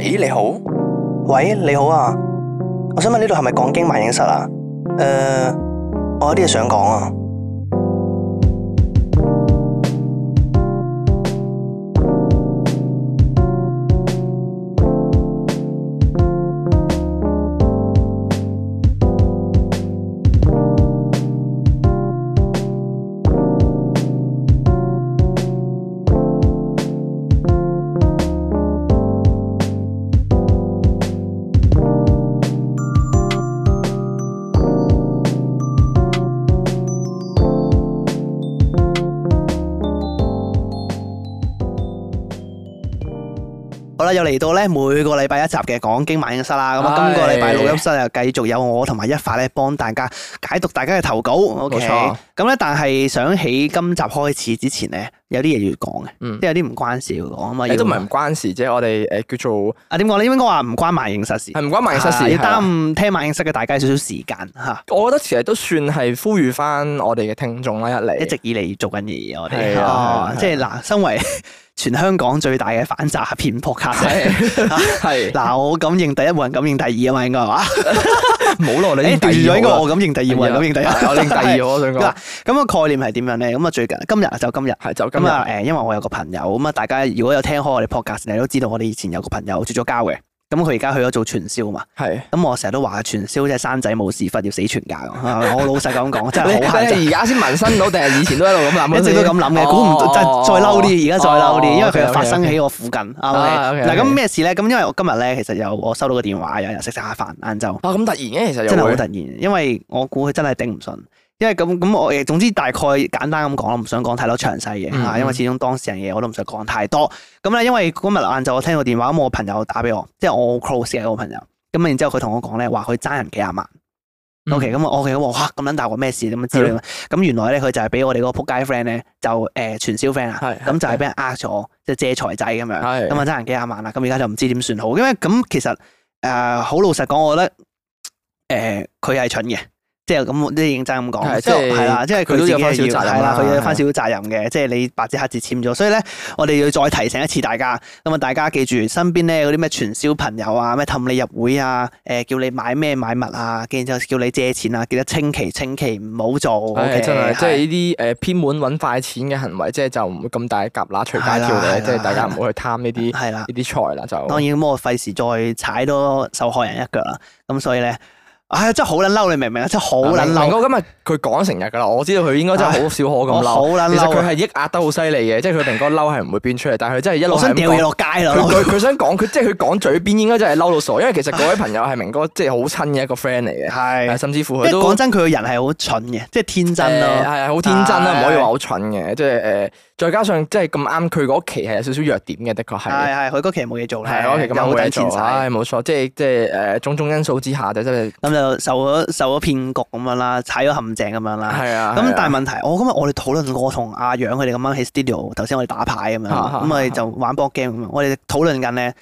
咦，你好，喂，你好啊，我想問呢度係咪講經萬影室啊？誒、我有啲嘢想講啊。好啦，又嚟到咧每個禮拜一集嘅講經萬應室啦。咁啊，係今個禮拜錄音室又繼續有我同埋一發咧幫大家解讀大家嘅投稿。OK，錯咁咧，但係想喺今集開始之前咧，有啲嘢要講嘅，嗯即係有啲唔關事要講啊嘛。你都唔要係唔關事啫，我哋誒叫做啊？點講咧？應該話唔關萬應室事，係唔關萬應室事啊係要啦耽誤聽萬應室嘅大家少少時間嚇。我覺得其實都算係呼籲翻我哋嘅聽眾啦，一嚟一直以嚟做緊嘢，我哋係啊係啊哦即係嗱，身為 全香港最大嘅反詐騙 podcast，啊 係 嗱，我敢認第一，冇人敢認第二啊嘛，應該係嘛？冇咯，你誒，已經調轉咗，第應該二我敢認第二，冇人好啦敢認第一。係啊我認第 二，我想嗱講，咁個概念係點樣咧？咁啊，最近今日就今日。係就今咁啊，日誒，因為我有個朋友，咁啊，大家如果有聽開我哋 podcast，你都知道我哋以前有個朋友絕咗交嘅，咁佢而家去咗做傳銷嘛，係咁我成日都話傳銷即係生仔冇屎忽，要死全家咁，啊我老實咁講，真 你係好限制。你係而家先紋身到，定係以前都一路咁諗？啊哦一直都咁諗嘅，估唔到，真係再嬲啲，而家再嬲啲，因為佢又發生起。喺我附近。啊哦啊，OK ，OK，嗱，咁 OK 咩事咧？咁因為我今日咧，其實有我收到個電話，有人食食下飯，晏晝啊，咁突然嘅其實又真係好會突然，因為我估佢真係頂唔順。因為咁咁，我誒總之大概簡單咁講啦，唔想講太多詳細嘢嗯嚇，因為始終當事人嘢我都唔想講太多。咁咧，因為今日晏晝我聽到電話，咁我朋友打俾我，即係我好 close 嘅我朋友。咁然之後佢同我講咧，話佢爭人幾廿萬。嗯 OK，咁啊，OK，咁我哇咁撚大鑊咩事咁樣之類啦。咁原來咧佢就係俾我哋嗰個撲街 friend 咧就誒傳銷 friend 啊係，咁就係俾人呃咗，即係借財仔咁樣，係咁啊爭人幾廿萬啦。咁而家就唔知點算好，因為咁其實誒好老實講，我覺得誒呃佢係蠢嘅。即係咁，即係認真咁講，係即係即係係啦，即係佢佢都有自己返少係責任啦，啦佢有翻少少責任嘅，即係你白紙黑字簽咗，所以咧，我哋要再提醒一次大家，咁啊，大家記住身邊咧嗰啲咩傳銷朋友啊，咩氹你入會啊，誒叫你買咩買物啊，跟住就叫你借錢啊，記得清奇清奇唔好做唉， ，OK，真係，即係係呢啲誒偏門揾快錢嘅行為，即係就唔會咁大夾乸隨街跳係啦係啦嘅，即係大家唔好去貪呢啲係啦。呢啲財啦，就當然咁，我費事再踩多受害人一腳啦。咁所以咧，唉，真係好撚嬲，你明唔明啊？真係好撚明嬲，哥今日佢講成日㗎啦，我知道佢應該真係好少可我咁好嬲。撚其實佢嬲啊，係抑壓得好犀利嘅，即係佢明哥嬲係唔會變出嚟，但係佢真係一路我係想咁掉講嘢落街啦。佢佢佢想講，佢即係佢講嘴邊應該真係嬲到傻，因為其實嗰位朋友係明哥即係好親嘅一個 friend 嚟嘅係誒，。甚至乎因為佢講都。真，佢個人係好蠢嘅，即係天真誒咯。係好天真啦，係唔可以話好蠢嘅，即係誒，再加上即係咁啱佢嗰期係有少少弱點嘅，的確係係。係，佢嗰期冇嘢做咧，係，我其實咁有啱冇等嘢錢做，使，唉，冇錯，即係即係誒種種因素之下就真係咁就受咗受咗騙局咁樣啦，踩咗陷阱咁樣啦。係啊。咁但係係問題，我今日我哋討論過，我同阿楊佢哋咁樣喺 studio，頭先我哋打牌咁樣，啊啊咁我哋啊就玩 board game 咁樣，我哋討論緊咧。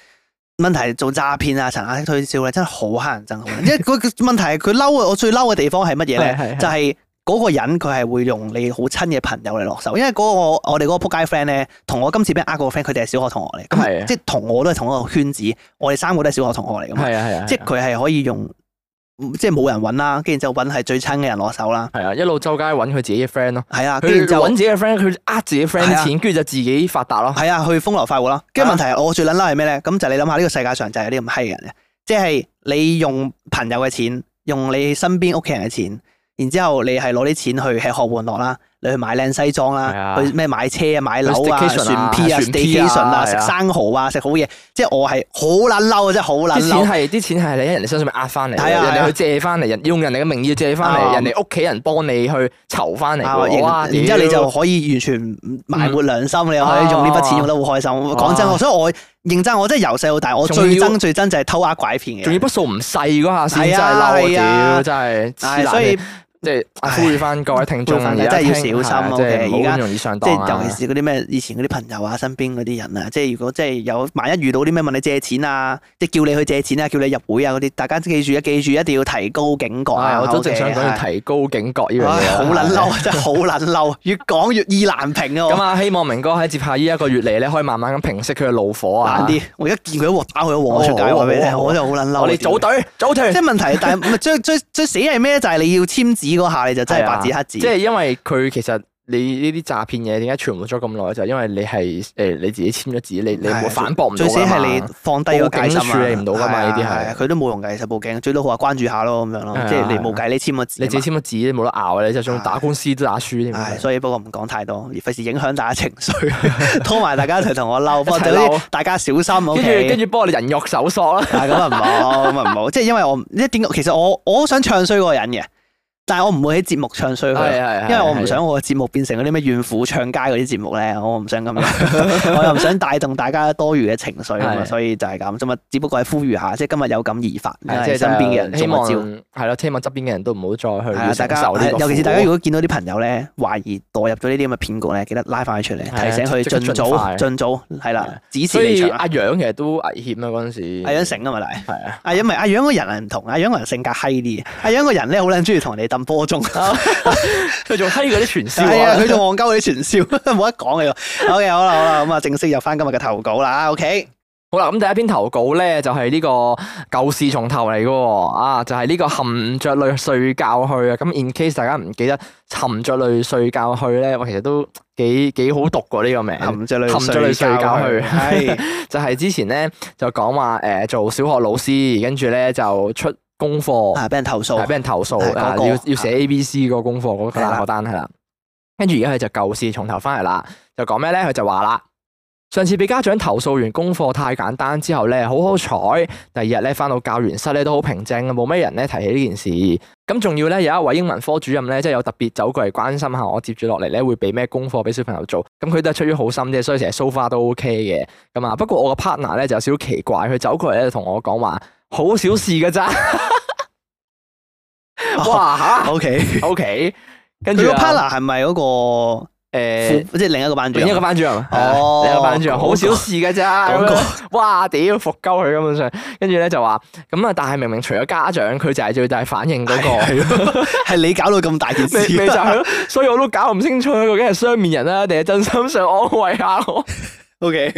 問題係做詐騙啊、陳亞式推銷咧，真係好乞人憎，好乞人憎因為佢佢問題係佢嬲啊！我最嬲嘅地方係乜嘢係係咧？係就係嗰個人佢係會用你好親嘅朋友嚟落手，因為嗰個我哋嗰個撲街 friend 咧，同我今次俾人呃嗰個 friend，佢哋係小學同學嚟，係咁啊即係同我都係同一個圈子，我哋三個都係小學同學嚟㗎嘛，係啊係啊，即係佢係可以用即係冇人揾啦，跟住就揾係最親嘅人落手啦，係啊，一路周街揾佢自己嘅 friend 咯，係啊，跟佢住就揾。自己嘅 friend，佢呃自己係啊 friend 錢，跟住就自己發達咯。 係啊，去風流快活啦。跟住啊問題係我最撚嬲係咩咧？咁就你諗下呢個世界上就係有啲咁閪嘅人嘅，即係你用朋友嘅錢，用你身邊屋企人嘅錢，然之後你係攞啲錢去吃喝玩樂啦，你去買靚西裝係啦，啊去咩買車啊、買樓啊、 staycation 船啊 P 啊、船 P 啊 station 啊、食係啊生蠔啊、食好嘢。即係我係好撚嬲啊！真係好撚啲錢嬲。係啲錢係你喺人哋身上面呃翻嚟嘅，係啊係啊人哋去借翻嚟，人用人哋嘅名義借翻嚟，啊人哋屋企人幫你去籌翻嚟啊喎。哇！然然之後你屌就可以完全埋沒良心，你又可以啊用呢筆錢用得好開心。講真，我所以我認真，我真係由細到大，我仲最要憎最憎就係偷呃拐騙嘅人。仲要筆數唔細嗰下先係真係啊嬲係啊啊！屌真係係，黐所撚以線即係唉呼籲翻各位聽眾，呼籲返而家真係要聽小心係即係 OK，唔好而家咁容易上即當係啊尤其是嗰啲咩以前嗰啲朋友啊、身邊嗰啲人啊，即係如果即係有萬一遇到啲咩問你借錢啊，即係叫你去借錢啊、叫你入會啊嗰啲，大家記住啊，記住一定要提高警覺啊！啊我都正想講要講提高警覺呢樣嘢唉啊。好撚嬲啊，真 係好撚嬲，越講越意難平啊！我咁啊，希望明哥喺接下呢一個月嚟咧，可以慢慢咁平息佢嘅怒火啊！難啲，我而家見佢一鑊打佢一鑊出哦街，好啊話俾你好聽，啊我真係好撚嬲。我哋組隊，組即係團。問題，但係唔係最最最死係咩？就係你要簽字嗰下，你就真係白紙黑字。即係啊因為佢其實你呢啲詐騙嘢點解傳播咗咁耐，就係因為你係誒你自己簽咗紙，你你係冇反駁唔到最㗎死係你嘛放低個戒心報警處理唔到㗎嘛呢啲係啊佢都冇用嘅，其實報警最多好話關注下咯咁樣咯係啊，即係你係啊冇計，你簽個字你自啊嘛。己簽咗紙，你冇得拗啊！你就算係打官司都打輸添。啊唉，所以不過唔講太多，而費事影響大家情 緒，拖埋大家一齊同我嬲。不過總之大家小心跟住跟，OK。住幫我哋人肉搜索啦。啊，咁啊唔好，咁啊唔好，即係因為我唔一點，其實我我好想唱衰嗰個人嘅，但係我唔會喺節目唱衰佢。啊係因為我唔想我嘅節目變成嗰啲咩怨婦唱街嗰啲節目咧，我唔想咁 樣，我又唔想帶動大家多餘嘅情緒啊嘛，係所以就係咁啫嘛。只不過係呼籲下，即係今日有感而發，係即係就身邊嘅人希中望一招。係咯，希望側邊嘅人都唔好再係去啊，要大承家受呢個係苦尤其是大家如果見到啲朋友咧懷疑墮入咗呢啲咁嘅騙局咧，記得拉翻佢出嚟，係啊提醒佢即刻盡早盡快盡早係啦，指示所離以場啊。阿楊其實都危險啊嗰陣時。阿楊成啊嘛，但係係啊。阿楊咪阿楊個人係唔同，阿楊個人性格閪啲，阿楊個人咧好撚中意同人哋揼波鐘。 佢仲閪嗰啲傳銷係哦啊，啊！佢 仲戇鳩嗰啲傳銷，冇得講嘅喎。OK，好啦好啦，咁啊，正式入翻今日嘅投稿啦。OK，好啦，咁第一篇投稿咧就係呢個舊事重頭嚟嘅喎，啊就係呢個含着淚睡覺去啊！咁 in case 大家唔記得含着淚睡覺去咧，我其實都幾幾好讀過呢個名。含着淚含着淚睡覺去係 就係之前咧就講話誒做小學老師，跟住咧就出功課，啊，俾人投係訴俾人投訴係嗰啊，個要要寫 A、B、C 個功課嗰個係啦嗰單係啦。跟住而家佢就舊事重頭翻嚟啦，就講咩咧？佢就話啦。上次俾家長投訴完功課太簡單之後咧，好好彩，第二日咧翻到教員室咧都好平靜，冇咩人咧提起呢件事。咁仲要咧有一位英文科主任咧，即係有特別走過嚟關心下我接住落嚟咧會俾咩功課俾小朋友做。咁佢都係出於好心啫，所以成日 so far 都 OK 嘅。咁啊，不過我個 partner 咧就有少少奇怪，佢走過嚟咧就同我講話，好小事㗎 咋。哇吓！ OK， O K，跟佢住個啊 partner 係咪嗰個誒，副，即係另一個班主另任？一個班主任，哦係啊另一個班主任嗰好小事嘅咋，嗰咁個樣哇屌，服鳩佢根本上，跟住咧就話咁啊，但係明明除咗家長，佢就係最大反應嗰個，係咯，係你搞到咁大件事，啊咪咪就係咯，所以我都搞唔清楚佢究竟係雙面人啊啦，定係真心想安慰下我。 OK，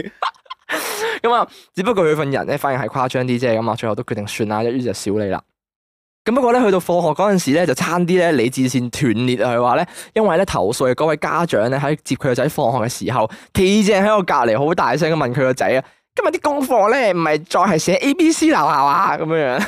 咁啊，只不過佢份人咧反應係誇張啲啫，咁啊，最後都決定算啦，一於就少你啦。咁不過咧，去到放學嗰陣時咧，就差啲咧理智線斷裂啊！佢話咧，因為咧投訴嘅嗰位家長咧喺接佢個仔放學嘅時候，企正喺我隔離，好大聲咁問佢個仔啊：今日啲功課咧唔係再係寫 A、B、C 樓下啊咁樣樣。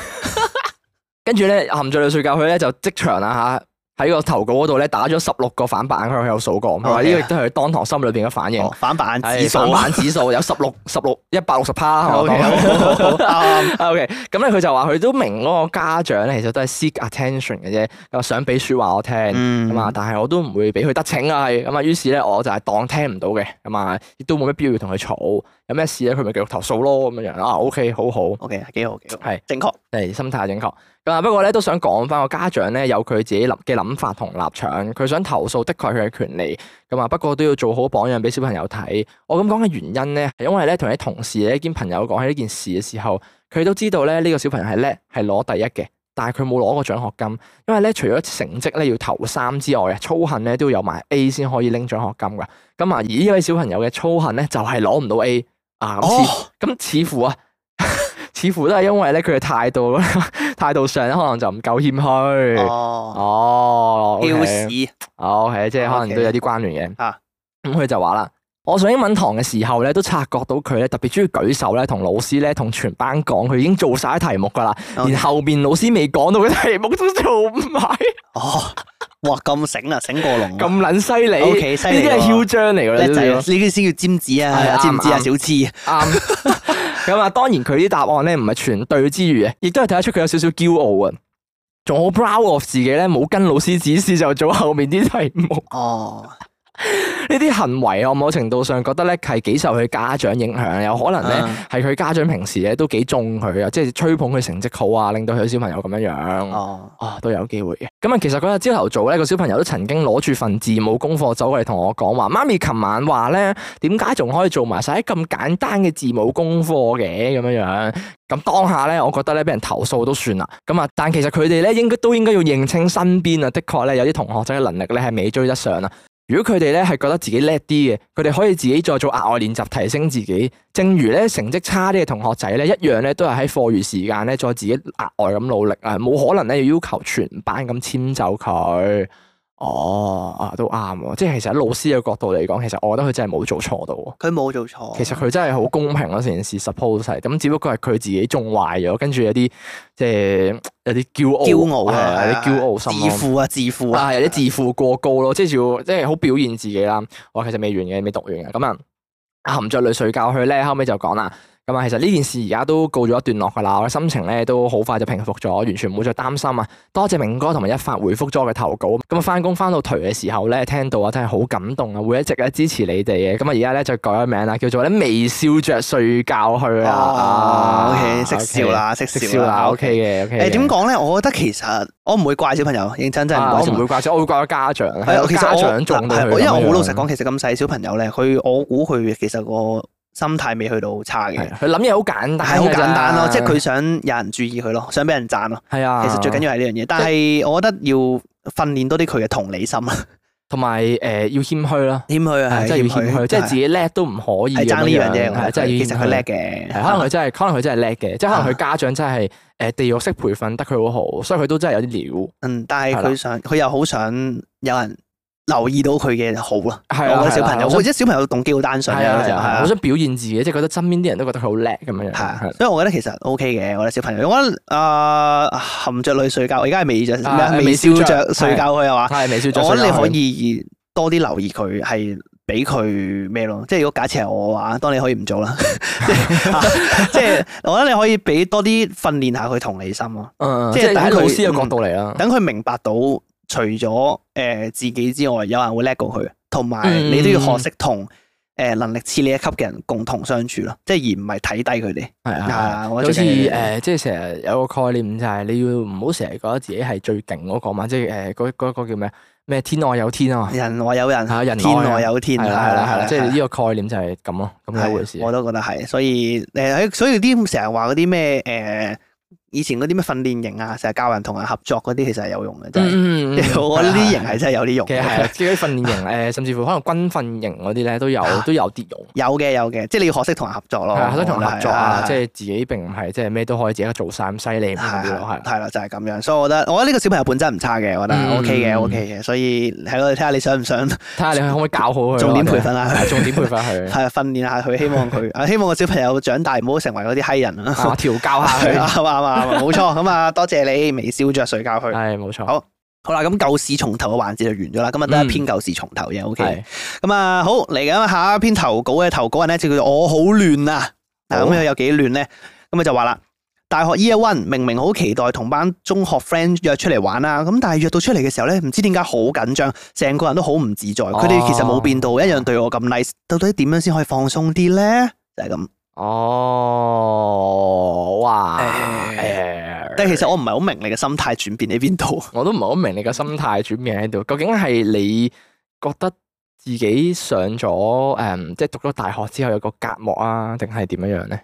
跟住咧含住淚睡覺，佢咧就即場啦嚇喺個投稿嗰度咧打咗十六個反白眼，佢有數過，佢話呢個亦都係佢當堂心裏邊嘅反應。哦反白眼指係哎數啊哦反版指數有十六十六一百六十趴。 OK，好好 好啱 O K，咁咧佢就話佢都明嗰個家長咧，其實都係 seek attention 嘅啫，佢話想俾説話我聽嗯咁啊，但係我都唔會俾佢得逞啊，係咁啊，於是咧我就係當聽唔到嘅，咁啊，亦都冇乜必要同佢嘈，有咩事咧佢咪繼續投訴咯咁樣樣啊，O K，好好。 OK，幾好幾好，係正確。誒心態正確咁啊！不過咧都想講翻個家長咧有佢自己諗嘅諗法同立場，佢想投訴的確係佢嘅權利咁啊。不過都要做好榜樣俾小朋友睇。我咁講嘅原因咧係因為咧同啲同事咧兼朋友講起呢件事嘅時候，佢都知道咧呢個小朋友係叻係攞第一嘅，但係佢冇攞過獎學金，因為咧除咗成績咧要頭三之外啊，操行咧都要有埋 A 先可以拎獎學金噶。咁啊，而呢位小朋友嘅操行咧就係攞唔到 A 啊，咁似哦，咁似乎啊， 似乎都係因為咧佢嘅態度 態度上咧，可能就唔夠謙虛。哦，哦屌 OK 屎，哦，OK，即係可能都有啲關聯嘅。啊咁佢就話啦，我上英文堂嘅時候咧，都察覺到佢咧特別中意舉手咧，同老師咧，同全班講佢已經做晒啲題目噶啦， OK 連後面老師未講到嘅題目都做唔埋，哦，哇咁醒啊，醒過龍啊。咁撚犀利。 OK，犀利呢啲係喎囂張嚟㗎啦，叻呢仔啲啊！呢啲先叫尖子係啊，啊知唔知啊？啱啱小知啊啱。咁啊，當然佢啲答案咧唔係全對之餘，亦都係睇得出佢有少少驕傲啊，仲好 proud of 自己咧，冇跟老師指示就做後面啲題目。 哦，呢啲行為我某程度上覺得咧係幾受佢家長影響，有哦可能啊咧係佢家長平時咧都幾中佢啊，即係吹捧佢成績好啊，令到佢小朋友咁樣樣。哦，啊，都有機會嘅。咁啊，其實嗰日朝頭早咧，個小朋友都曾經攞住份字母功課走過嚟同我講話，媽咪琴晚話咧，點解仲可以做埋晒啲咁簡單嘅字母功課嘅咁樣樣？咁當下咧，我覺得咧俾人投訴都算啦。咁啊，但其實佢哋咧應該都應該要認清身邊啊，的確咧有啲同學仔嘅能力咧係未追得上啊。如果佢哋咧係覺得自己叻啲嘅，佢哋可以自己再做額外練習提升自己。正如咧成績差啲嘅同學仔咧，一樣咧都係喺課餘時間咧再自己額外咁努力啊，冇可能咧要要求全班咁遷就佢。哦，啊都啱喎，即係其實喺老師嘅角度嚟講，其實我覺得佢真係冇做錯到喎。佢冇做錯。其實佢真係好公平咯，成件事 suppose 係咁，只不過係佢自己縱壞咗，跟住有啲即係有啲驕傲，驕傲係啊，有啲驕傲心自咯。負啊，自負啊，啊，有啲自負過高咯，即係要即係好表現自己啦。我其實未完嘅，未讀完嘅。咁啊，含着淚睡覺去咧，後尾就講啦。咁啊，其實呢件事而家都告咗一段落㗎啦，我嘅心情咧都好快就平復咗，完全唔會再擔心啊！多謝明哥同埋一發回覆咗我嘅投稿。咁啊，翻工翻到頹嘅時候咧，聽到啊真係好感動啊，會一直咧支持你哋嘅。咁啊，而家咧就改咗名啦，叫做咧微笑着睡覺去啊。哦，OK，識 OK，笑啦，識識笑笑啦啦，OK 嘅，OK 嘅。誒點講咧？我覺得其實我唔會怪小朋友，認真真係唔啊怪我小唔朋友。會怪責，我會怪個家長。係啊，其實家我長中到嗱佢係我因為我好老咁樣實講，其實咁細小朋友咧，佢我估佢其實個心態未去到差係嘅，佢諗嘢好簡單㗎咋，啊係好簡單咯，即係啊佢想有人注意佢咯，想俾人讚咯。係啊。其實最緊要係呢樣嘢，但係我覺得要訓練多啲佢嘅同理心啦，同埋誒要謙虛啦， 謙虛啊，啊係真係要謙虛，即係自己叻都唔可以係爭呢樣係嘢，我覺真得係要其實佢叻謙虛。嘅，啊係可能佢真係，可能佢真係叻嘅，即係可能佢家長真係誒地獄式培訓得佢好好，所以佢都真係有啲料。嗯，但係係啦佢想，佢又好想有人留意到佢嘅好啦。係啊我覺得小係啊朋友，我想我覺得小朋友動機好單純嘅，係啊有時係候係啊，啊好想表現自己，即係覺得身邊啲人都覺得佢好叻咁樣樣。係啊係所以我覺得其實 O K 嘅，我覺得小朋友，我覺得啊含着淚睡覺，我而家係微着咩啊啊微微笑笑着着睡覺佢係嘛？係微笑著。我覺得你可以多啲留意佢，係俾佢咩咯？即係如果假設係我嘅話，當你可以唔做啦， 即 係啊即係我覺得你可以俾多啲訓練下佢同理心咯，嗯，即即係係喺等佢嗯老師嘅角度嚟啦。等佢明白到除咗誒自己之外，有人會叻過佢，同埋嗯你都要學識同。誒能力似你一級嘅人共同相處咯，即係而唔係睇低佢哋。係啊係啊。啊，好我似最緊誒、要呃即係成日有個概念就係你要唔好成日覺得自己係最勁嗰個嘛，即係誒呃嗰嗰個叫咩咩天外有天啊嘛，人外有人，係啊人天外外有天，啊係啦係啦係啦，即係係呢個概念就係咁咯，咁樣一回事。啊嗯我都覺得係，所以誒，所以啲成日話嗰啲咩誒，以前嗰啲咩訓練營啊，成日教人同人合作嗰啲，其實係有用嘅，真係。嗯嗯嗯 即係我覺得呢啲係營係真係有啲用其實嘅。係啊，即係啲訓練營誒，甚至乎可能軍訓營嗰啲咧都有啊都有啲用，有嘅有嘅，即係你要學識同人合作咯，係啊想同人合作啊，我即哦覺得係係自己並唔係即係咩都可以自己做晒咁犀利咁嗰啲咯，係啊係。啊係啦，就係咁樣，所以我覺得我覺得呢個小朋友本質唔差嘅，我覺嗯得 OK 嘅 OK 嘅，所以係咯，睇下你想唔想睇下你可唔可以搞好佢咯，重點培訓或下者係啊佢，重點培訓佢， 係啊訓練下佢，希 望佢啊，希望個小朋友長大唔好成為嗰啲閪人啊。啊調教下 係佢，啱啱啱，冇錯。咁啊，多謝你微笑着睡覺去。係冇錯，好好啦，咁舊事重投嘅環節就完咗啦。啊今日得嗯一篇舊事重投嘅，OK 係。咁啊，好嚟緊下一篇投稿嘅投稿人咧，就叫做我好亂啊。嗱，好咁又有幾亂咧？咁佢啊就話啦。大學 Year One 明明好期待同班中學 friend 約出嚟玩啦，咁但係約到出嚟嘅時候咧，唔知點解好緊張，成個人都好唔自在。哦佢哋、其實冇變到，一樣對我咁 nice。到底點樣先可以放鬆啲咧？就係、咁。哦，哇，誒誒但係其實我唔係好明你嘅心態轉變喺邊度。我都唔係好明你嘅心態轉變喺度，究竟係你覺得自己上咗誒、嗯即係讀咗大學之後有個隔膜啊，定係點樣樣咧？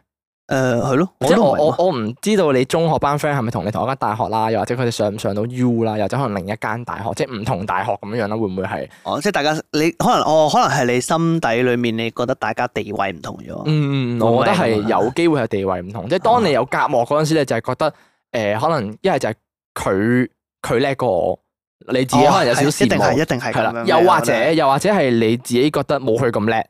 誒係咯，即係啊都我唔明啊我我唔知道你中學班 friend 係咪同你同一間大學啦，又或者佢哋上唔上到 U 啦，又或者可能另一間大學，即係唔同大學咁樣樣啦，會唔會係？哦，即係大家你可能哦，可能係你心底裏面你覺得大家地位唔同咗，嗯，會唔會我覺得係係咁啊有機會係地位唔同，即係當你有隔膜嗰陣時咧，就係覺得誒，可能一係就係佢佢叻過我，你自己可能有少少哦係羨一定慕係一定係係咁啦樣，嘅，又或我覺者得又或者係你自己覺得冇佢咁叻，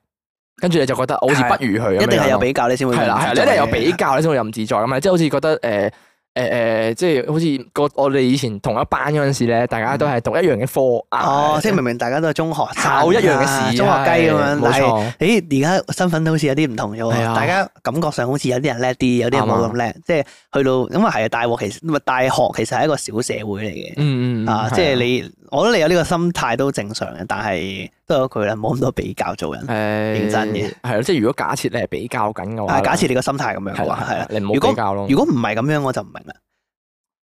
跟住你就覺得我好似不如佢咁樣咯。一定係有比較你先會係啦，係啦你咁一自在定有嘅比較你先會有唔自在咁嘛，即係好似覺得誒誒誒，即係好似個我哋以前同一班嗰陣時咧，大家都係讀一樣嘅科啊嗯哦，即係明明大家都係中學生考一樣嘅啊試，中學雞咁樣，冇但係錯。誒而家身份都好似有啲唔同咗係啊喎，大家感覺上好似有啲人叻啲，有啲人冇咁叻，即係去到咁啊係啊大學其實唔係大學其實係一個小社會嚟嘅。嗯嗯嗯啊！即係係啊你我覺得你有呢個心態都正常嘅，但係都有一句啦，冇咁多比較做人。認認真嘅係咯，即係如果假設你係比較緊嘅話啊，啦，假設你個心態係咁樣嘅係啦話，係係啦啦，。你唔如好果比較咯。如果唔係啊咁樣，我就唔明啦。係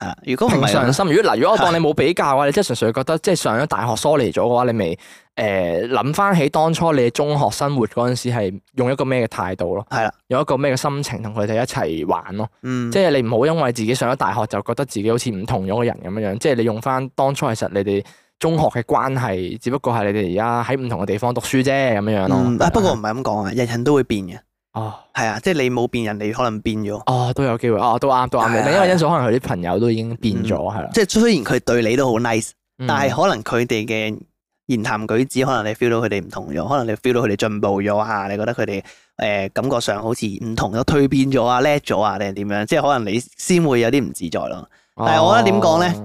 啦，如果唔平係常咁，心，如果嗱，如果我當你冇比較嘅話，你即係純粹覺得即係上咗大學疏離咗嘅話，你咪誒諗翻起當初你中學生活嗰陣時係用一個咩嘅態度咯，係啦，用一個咩嘅心情同佢哋一齊玩咯，嗯，即係你唔好因為自己上咗大學就覺得自己好似唔同咗個人咁樣樣，即係你用翻當初其實你哋中學嘅關係，只不過係你哋而家喺唔同嘅地方讀書啫咁樣樣嗯咯。啊不過唔係咁講啊，人人都會變嘅，哦。係啊，即係你冇變，人哋可能變咗。哦，都有機會，哦，都啱，都啱係啊嘅，因為因素可能佢啲朋友都已經變咗，係啦，即係雖然佢對你都好 nice，嗯但係可能佢哋嘅言談舉止，可能你 feel 到佢哋唔同咗，可能你 feel 到佢哋進步咗啊，你覺得佢哋誒感覺上好似唔同咗、蜕變咗啊、叻咗啊，定係點樣？即係可能你先會有啲唔自在咯。但係我哦覺得點講咧，誒、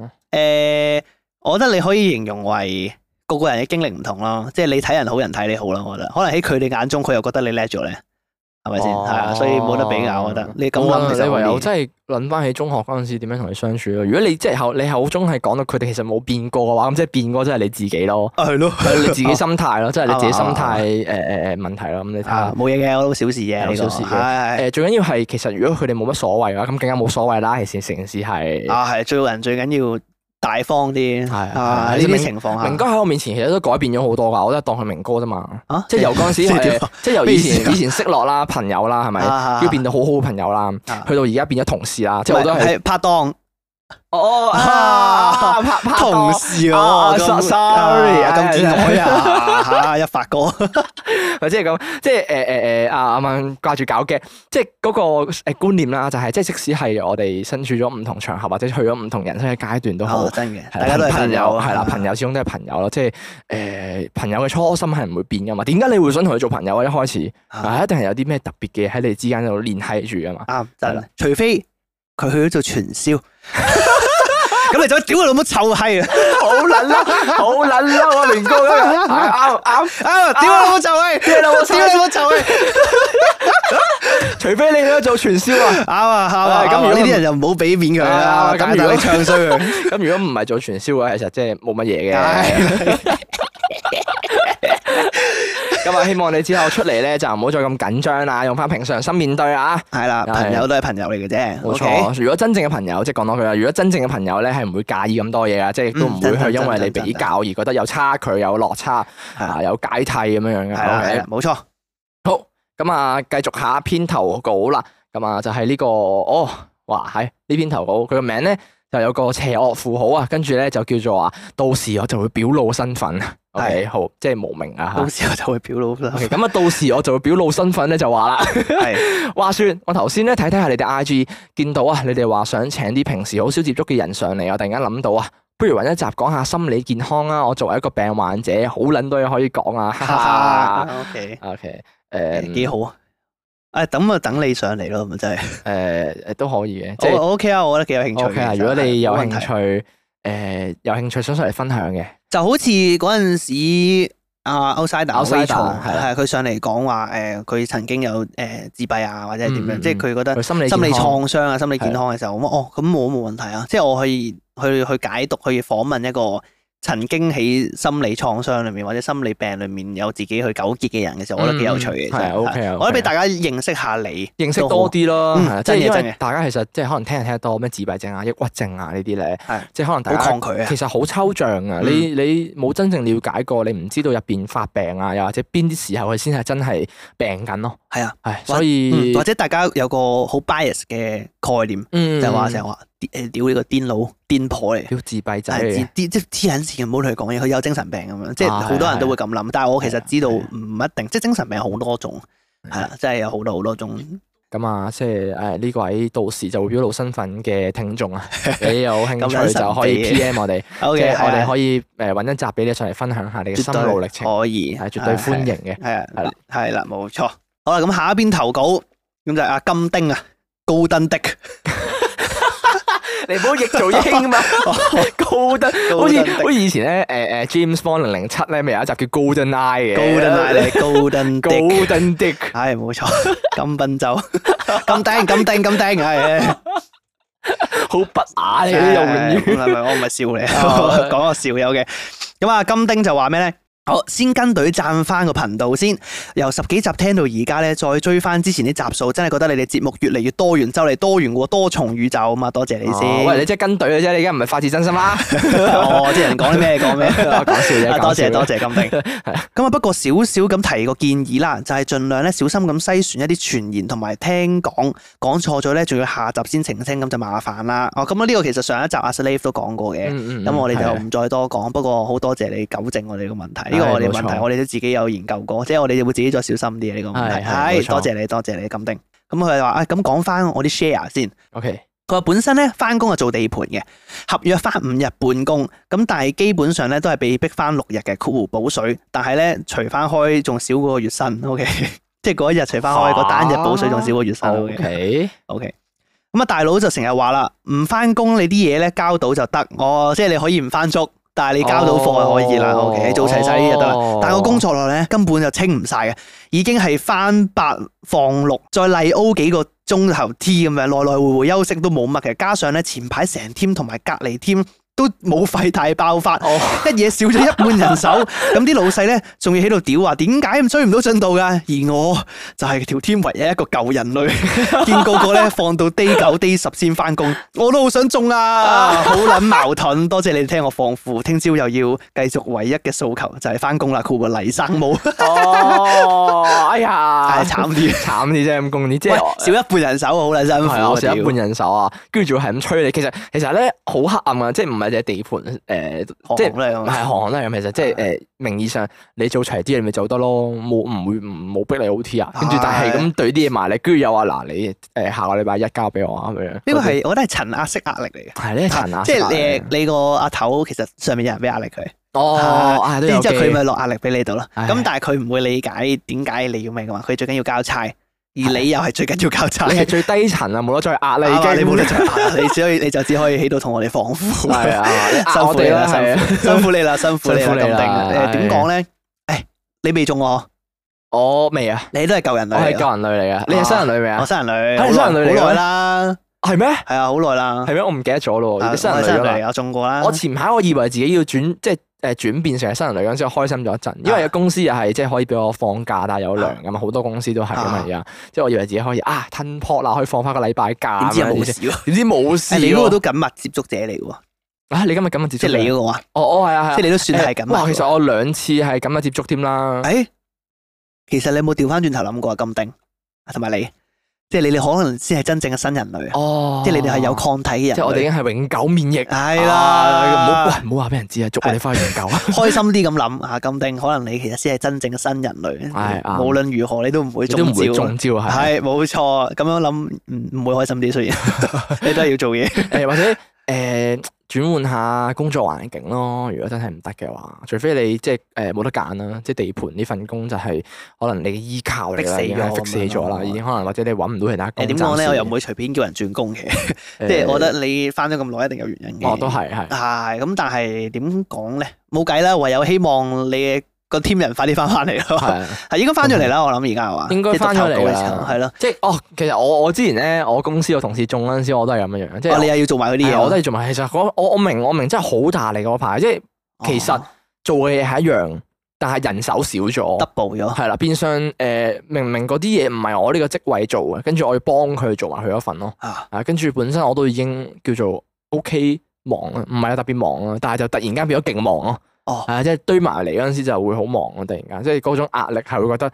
呃我覺得你可以形容為個個人嘅經歷唔同咯，即係你睇人好人睇你好啦，我覺得。可能喺佢哋眼中，佢又覺得你叻咗咧，係咪先？哦係啊，所以冇得比較，我覺得。你咁諗其你實唯有我真係諗翻起中學嗰陣時點樣同佢相處咯。如果你即係口你口中係講到佢哋其實冇變過嘅話，咁即係變過真係你自己咯，啊，係咯，係 你自己 心態咯，即係你自己心啱啊啱啊態誒誒誒問題咯。咁你睇啊下。冇嘢嘅，我都小事嘅，有呢個小事嘅係誒最緊要係其實如果佢哋冇乜所謂嘅話，咁更加冇所謂啦。其實成件事係係啊，係做人最緊要大方啲係啊！係呢啲明情況下，明哥喺我面前其實都改變咗好多㗎，我都係當佢明哥啫嘛。啊，即係由嗰陣時 即係點係啊，即係由咩以意思前啊以前識落啦、朋友啦，係咪？啊要變到好好嘅朋友啦，啊去到而家變咗同事啦，即係我都唔係係係拍檔哦啊拍拍同事咯啊咁啊，sorry，啊咁哎轉台啊嚇一發哥或者係咁，即係誒誒誒啊啱啱掛住搞嘅，即係嗰個誒觀念啦，就係即係即使係我哋身處咗唔同場合或者去咗唔同人生嘅階段都 好哦，真嘅，係大啦家都係朋朋友友係啦，朋友始終都係朋友咯，即係誒朋友嘅初心係唔會變噶嘛。點解你會想同佢做朋友啊？一開始啊啊，一定係有啲咩特別嘅嘢喺你之間度聯繫住噶嘛。啱係真啦嘅，除非佢去咗做傳銷， 咁你就屌佢老母臭閪啊！好撚啦，好撚啦，我明 哥今日係啱啱，啊屌佢老母臭閪，屌你老母臭閪，除非你喺度做傳銷啊。啱啊啱啊！啊咁如咁果呢啲人就唔好俾面佢啦，啊咁咁如如果果唱衰 佢，咁如果唔係做傳銷嘅話，其實即係冇乜嘢嘅。唉咁啊，希望你之後出嚟咧就唔好再咁緊張啊啦，用翻平常心面對啊。係啦，係朋友都係朋友嚟嘅啫，冇 OK？錯，如果真正嘅朋友，即係講多佢啊啦。如果真正嘅朋友咧，係唔會介意咁多嘢啊，即係亦都唔會去因為你比較而覺得有差距、有落差係啊、有解替咁樣樣嘅。係啦啊 OK 係啦，冇錯。好，咁啊，繼續下一篇投稿啦。咁啊，就係呢、個哦，哇，係呢篇投稿，佢個名咧就有個邪惡符號啊，跟住咧就叫做話，到時我就會表露身份。O、k 好，即係無名啊到時我就會表露啦 o。k 咁啊，到時我就會表露身份咧，就話啦。 係話說，我頭先咧睇睇下你哋 I G，見到啊，你哋話想請啲平時好少接觸嘅人上嚟，我突然間諗到啊，不如揾一集講下心理健康啊。我作為一個病患者，好撚多嘢可以講啊。哈 哈，O K， O K，誒誒，幾好啊！誒，等啊，等你上嚟咯，咪真係。誒誒都可以嘅，即我係我 O K 啊，我覺得幾有興趣 O 嘅。 K 啊！其實如果你有興冇問題趣，誒有興趣想上嚟分享嘅，就好似嗰陣時阿 Outsider Outsider， Rachel，係啦係佢上嚟講話誒，佢曾經有誒自閉啊，或者係點嗯嗯樣，即係佢覺得佢心理心理健康創傷啊、心理健康嘅時候，咁哦，咁我冇問題啊，即係我可以去去解讀，去訪問一個。曾經喺心理創傷裏面或者心理病裏面有自己去糾結嘅人嘅時候，我覺得幾有趣嘅。嗯嗯真係 OK 啊，我覺得俾 OK 大家認識下你，認識多啲咯，嗯係啊即係真嘅因真為嘅大家其實即係可能聽人聽得多咩自閉症啊、抑鬱症啊呢啲咧係，即係可能大好嗯家嗯抗拒啊。其實好抽象啊！你你冇真正了解過，你唔知道入邊發病啊，又或者邊啲時候佢先係真係病緊咯。係啊，係或所以嗯或者大家有個好 bias 嘅概念，嗯就係話成日話誒屌呢個癲佬癲婆嚟。叫自閉仔嚟係嘅癲癲即係黐撚線，唔好同佢講嘢，佢有精神病咁樣，即係啊好多人都係會咁諗。但係我其實知道係唔啊一定，即係精神病好多種，係啦，真係有好多好多種。咁啊，即係誒呢位到時就會表露身份嘅聽眾 啊，你有興咁樣趣神就可以秘 P M 我 哋。 O 即 K，係我哋可可以誒揾一集俾你上嚟分享下你嘅心路歷程，可以，係絕對歡迎嘅。係啊。係啦係啦，係啦，冇錯。好啦，咁下一邊投稿咁就係阿金丁啊，高登的，你唔好譯做英 嘛，高登 好 高似登的好似以前咧誒誒 James Bond 零零七咧，咪有一集叫 Golden Eye 嘅。高登啊， 你高登的。 Golden Dick。 係冇錯，金賓州，金丁，金丁，金丁，係。好不雅你啲用誒唔語。係唔 係，我唔係笑你，哦講個笑友嘅。咁啊，金丁就話咩咧？好，先跟隊讚翻個頻道先，由十幾集聽到而家咧，再追翻之前啲集數，真係覺得你哋節目越嚟越多元，周嚟多元喎，多重宇宙啊嘛，多謝你哦先。喂，你即係跟隊嘅啫，你而家唔係發自真心 啦。哦，啲人講啲咩講咩，我講笑啫 啊 講多謝笑啫多謝金定。咁啊，不過少少咁提個建議啦，就係盡量咧小心咁篩選一啲傳言同埋聽講講錯咗咧，仲要下集先澄清，咁就麻煩啦。哦，咁啊呢個其實上一集阿 Slave 都講過嘅。嗯嗯咁我哋係就啊唔再多講，不過好多謝你糾正我哋個問係題。呢個我哋冇問題錯我哋都自己有研究過，即係我哋會自己再小心啲嘅啊呢個問係題。係冇係，錯多謝你，多謝你，金定。咁佢就話啊，咁講翻我啲 share 先。 OK，佢話本身咧翻工係做地盤嘅，合約翻五日半工，咁但係基本上咧都係被逼翻六日嘅括弧補水，但係咧除翻開仲少過個月薪，OK，即係 嗰一日除翻開嗰單日補水仲少過月薪，O ，OK。 K， O K，咁啊大佬就成日話啦，唔翻工你啲嘢咧交到就得，我即係你可以唔翻足，但係你交到貨就可以哦啦。O K，做齊晒呢啲就得啦。但係個工作量咧根本就清唔晒嘅，已經係翻八放六，再例 O 幾個鐘頭 T 咁樣，來來回回休息都冇乜嘅。加上咧前排成 team 同埋隔離 team 都冇肺大爆發。哦。 一嘢少咗一半人 手，咁啲老細咧仲要喺度屌話點解咁追唔到進度㗎？而我就係條 team 唯一一個舊人類， 見個個咧放到 day 九 day 十先翻工，我都好想中啊，好撚矛盾。多謝你哋聽我放負，聽朝又要繼續唯一嘅訴求就係翻工啦，酷個黎生 冇，哦，哎 呀，係慘啲，慘啲啫，咁公啲，即喂係少一半人手好撚辛苦係啊，啊，我成一屌半人手啊，跟住仲要係咁催你。其實其實咧好黑暗啊，即係唔係淨係地盤誒，即行係行咧咁係行行都係咁。其實即係誒名義上你做齊啲嘢咪做得咯，冇唔會唔冇逼你 O T 啊。跟住但係咁對啲嘢埋你，跟住又話嗱你誒下個禮拜一交俾我啊咁樣。呢個係我覺得係層壓式壓力嚟嘅。係呢層啊，即係層啊你你個阿頭其實上面有人俾壓力佢，哦，啊都有然之後佢機咪落壓力俾你度咯。唉咁但係佢唔會理解點解你要咩噶嘛，佢最緊要交差，而你又係最緊要交差。你 係最低層啊，冇得再壓啦啱啊已你經。冇得再壓，你只可以你就只可以喺度同我哋放 負。係 啊，你壓辛我苦你哋啦，啦，係啊辛苦 辛苦你啦，辛苦你啦，辛苦咁你定啦誒點講咧？誒，你未中我，我未啊，你都係救人我係類嚟㗎。舊人類嚟噶，你係新人類未我啊？新人類，啊你新人類嚟㗎好耐啦，係咩？係啊，好耐啦係，咩？我唔記得咗咯喎，啊你新我人係類㗎嘛嚟㗎，我中過啦。我前排我以為自己要轉即係誒轉變成係新人類嗰陣時，我開心咗一啊陣，因為有公司又係即係可以俾我放假，但係有糧咁嘛，啊好多公司都係咁嘛啊而家，即係我以為自己可以啊吞 pot 啦，可以放翻個禮拜假點咁知有樣。冇點知事喎？點知冇事誒你嗰個喎？都緊密接觸者嚟喎，啊！你今日咁嘅接即觸係你嘅，嗰個啊，哦哦係啊係啊，即係你都算係緊密哇！喎。其實我兩次係咁嘅接觸添啦。诶，哎其實你有冇調翻轉頭諗過啊？金定同埋你，即係你哋可能先係真正嘅新人類啊！哦，即係你哋係有，抗體嘅人類。即係我哋已經係永久免疫。係啊唔好啦，喂唔好話俾人知啊，捉我哋翻去研究啊。 開心啲咁諗啊！金定可能你其實先係真正嘅新人類。係啱無論如何你都唔會你中都唔會招啊。中招啊係。係冇錯，咁樣諗嗯唔唔會開心啲，雖 然 你都係要做嘢。誒或者誒轉換下工作環境咯。如果真係唔得嘅話，除非你即係誒冇得揀啦，即係地盤呢份工就係可能你嘅依靠嚟啦，逼死已經係咗逼死咗咁樣啦，咯已經可能或者你揾唔到其他工。誒點講咧？暫時我又唔會隨便叫人轉工嘅，誒即係我覺得你翻咗咁耐，一定有原因嘅。哦，都係 係係咁，但係點講咧？冇計啦，唯有希望你嘅個 team 人快啲翻翻嚟咯。係。 係應該翻咗嚟啦，我諗而家係嘛？嗯應該翻咗嚟啦係咯。即係哦，其實我我之前咧，我公司有同事中嗰陣時，我都係咁樣樣，即哦，你係又要做埋嗰啲係啊嘢。我都係做埋。其實我我我明我明，真係好大力嗰排，即係哦其實做嘅嘢係一樣，但係人手少咗。 double 咗。係啦，變相誒、呃明明嗰啲嘢唔係我呢個職位做嘅，跟住我要幫佢做埋佢嗰份咯。啊，啊，跟住本身我都已經叫做 OK 忙啦，唔係特別忙啦，但係就突然間變咗勁忙咯。哦係啊，即係堆埋嚟嗰陣時就會好忙咯，突然間，即係嗰種壓力係會覺得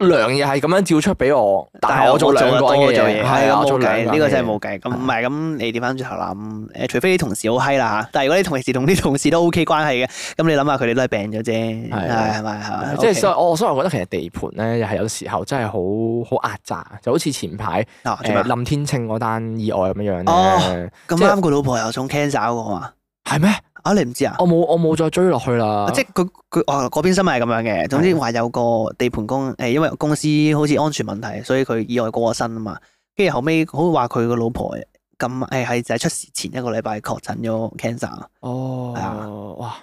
量嘢係咁樣照出俾我，但係我做兩個人嘅嘢，係係啊，咁我做兩冇個計，人呢個嘅真係嘢冇計。咁唔係咁，你調翻轉頭諗，誒，除非你同事好閪啦嚇，但係如果你同事同啲同事都 OK 關係嘅，咁你諗下佢哋都係病咗啫，係係啊係咪係咪？即係所以 OK 我所以我覺得其實地盤咧，又係有時候真係好好壓榨，就好似前排啊做咩誒林天秤嗰單意外咁樣樣哦咧，咁即係啱個老婆又中 cancer 嗰個嘛？係咩？啊，你唔知啊？我冇我冇再追落去啦。即係佢佢哦嗰邊新聞係咁樣嘅，總之啊係話有個地盤工誒，因為公司好似安全問題，所以佢意外過咗身啊嘛。跟住後尾好似話佢個老婆咁誒係就係出事前一個禮拜確診咗 cancer，哦係啊，哇！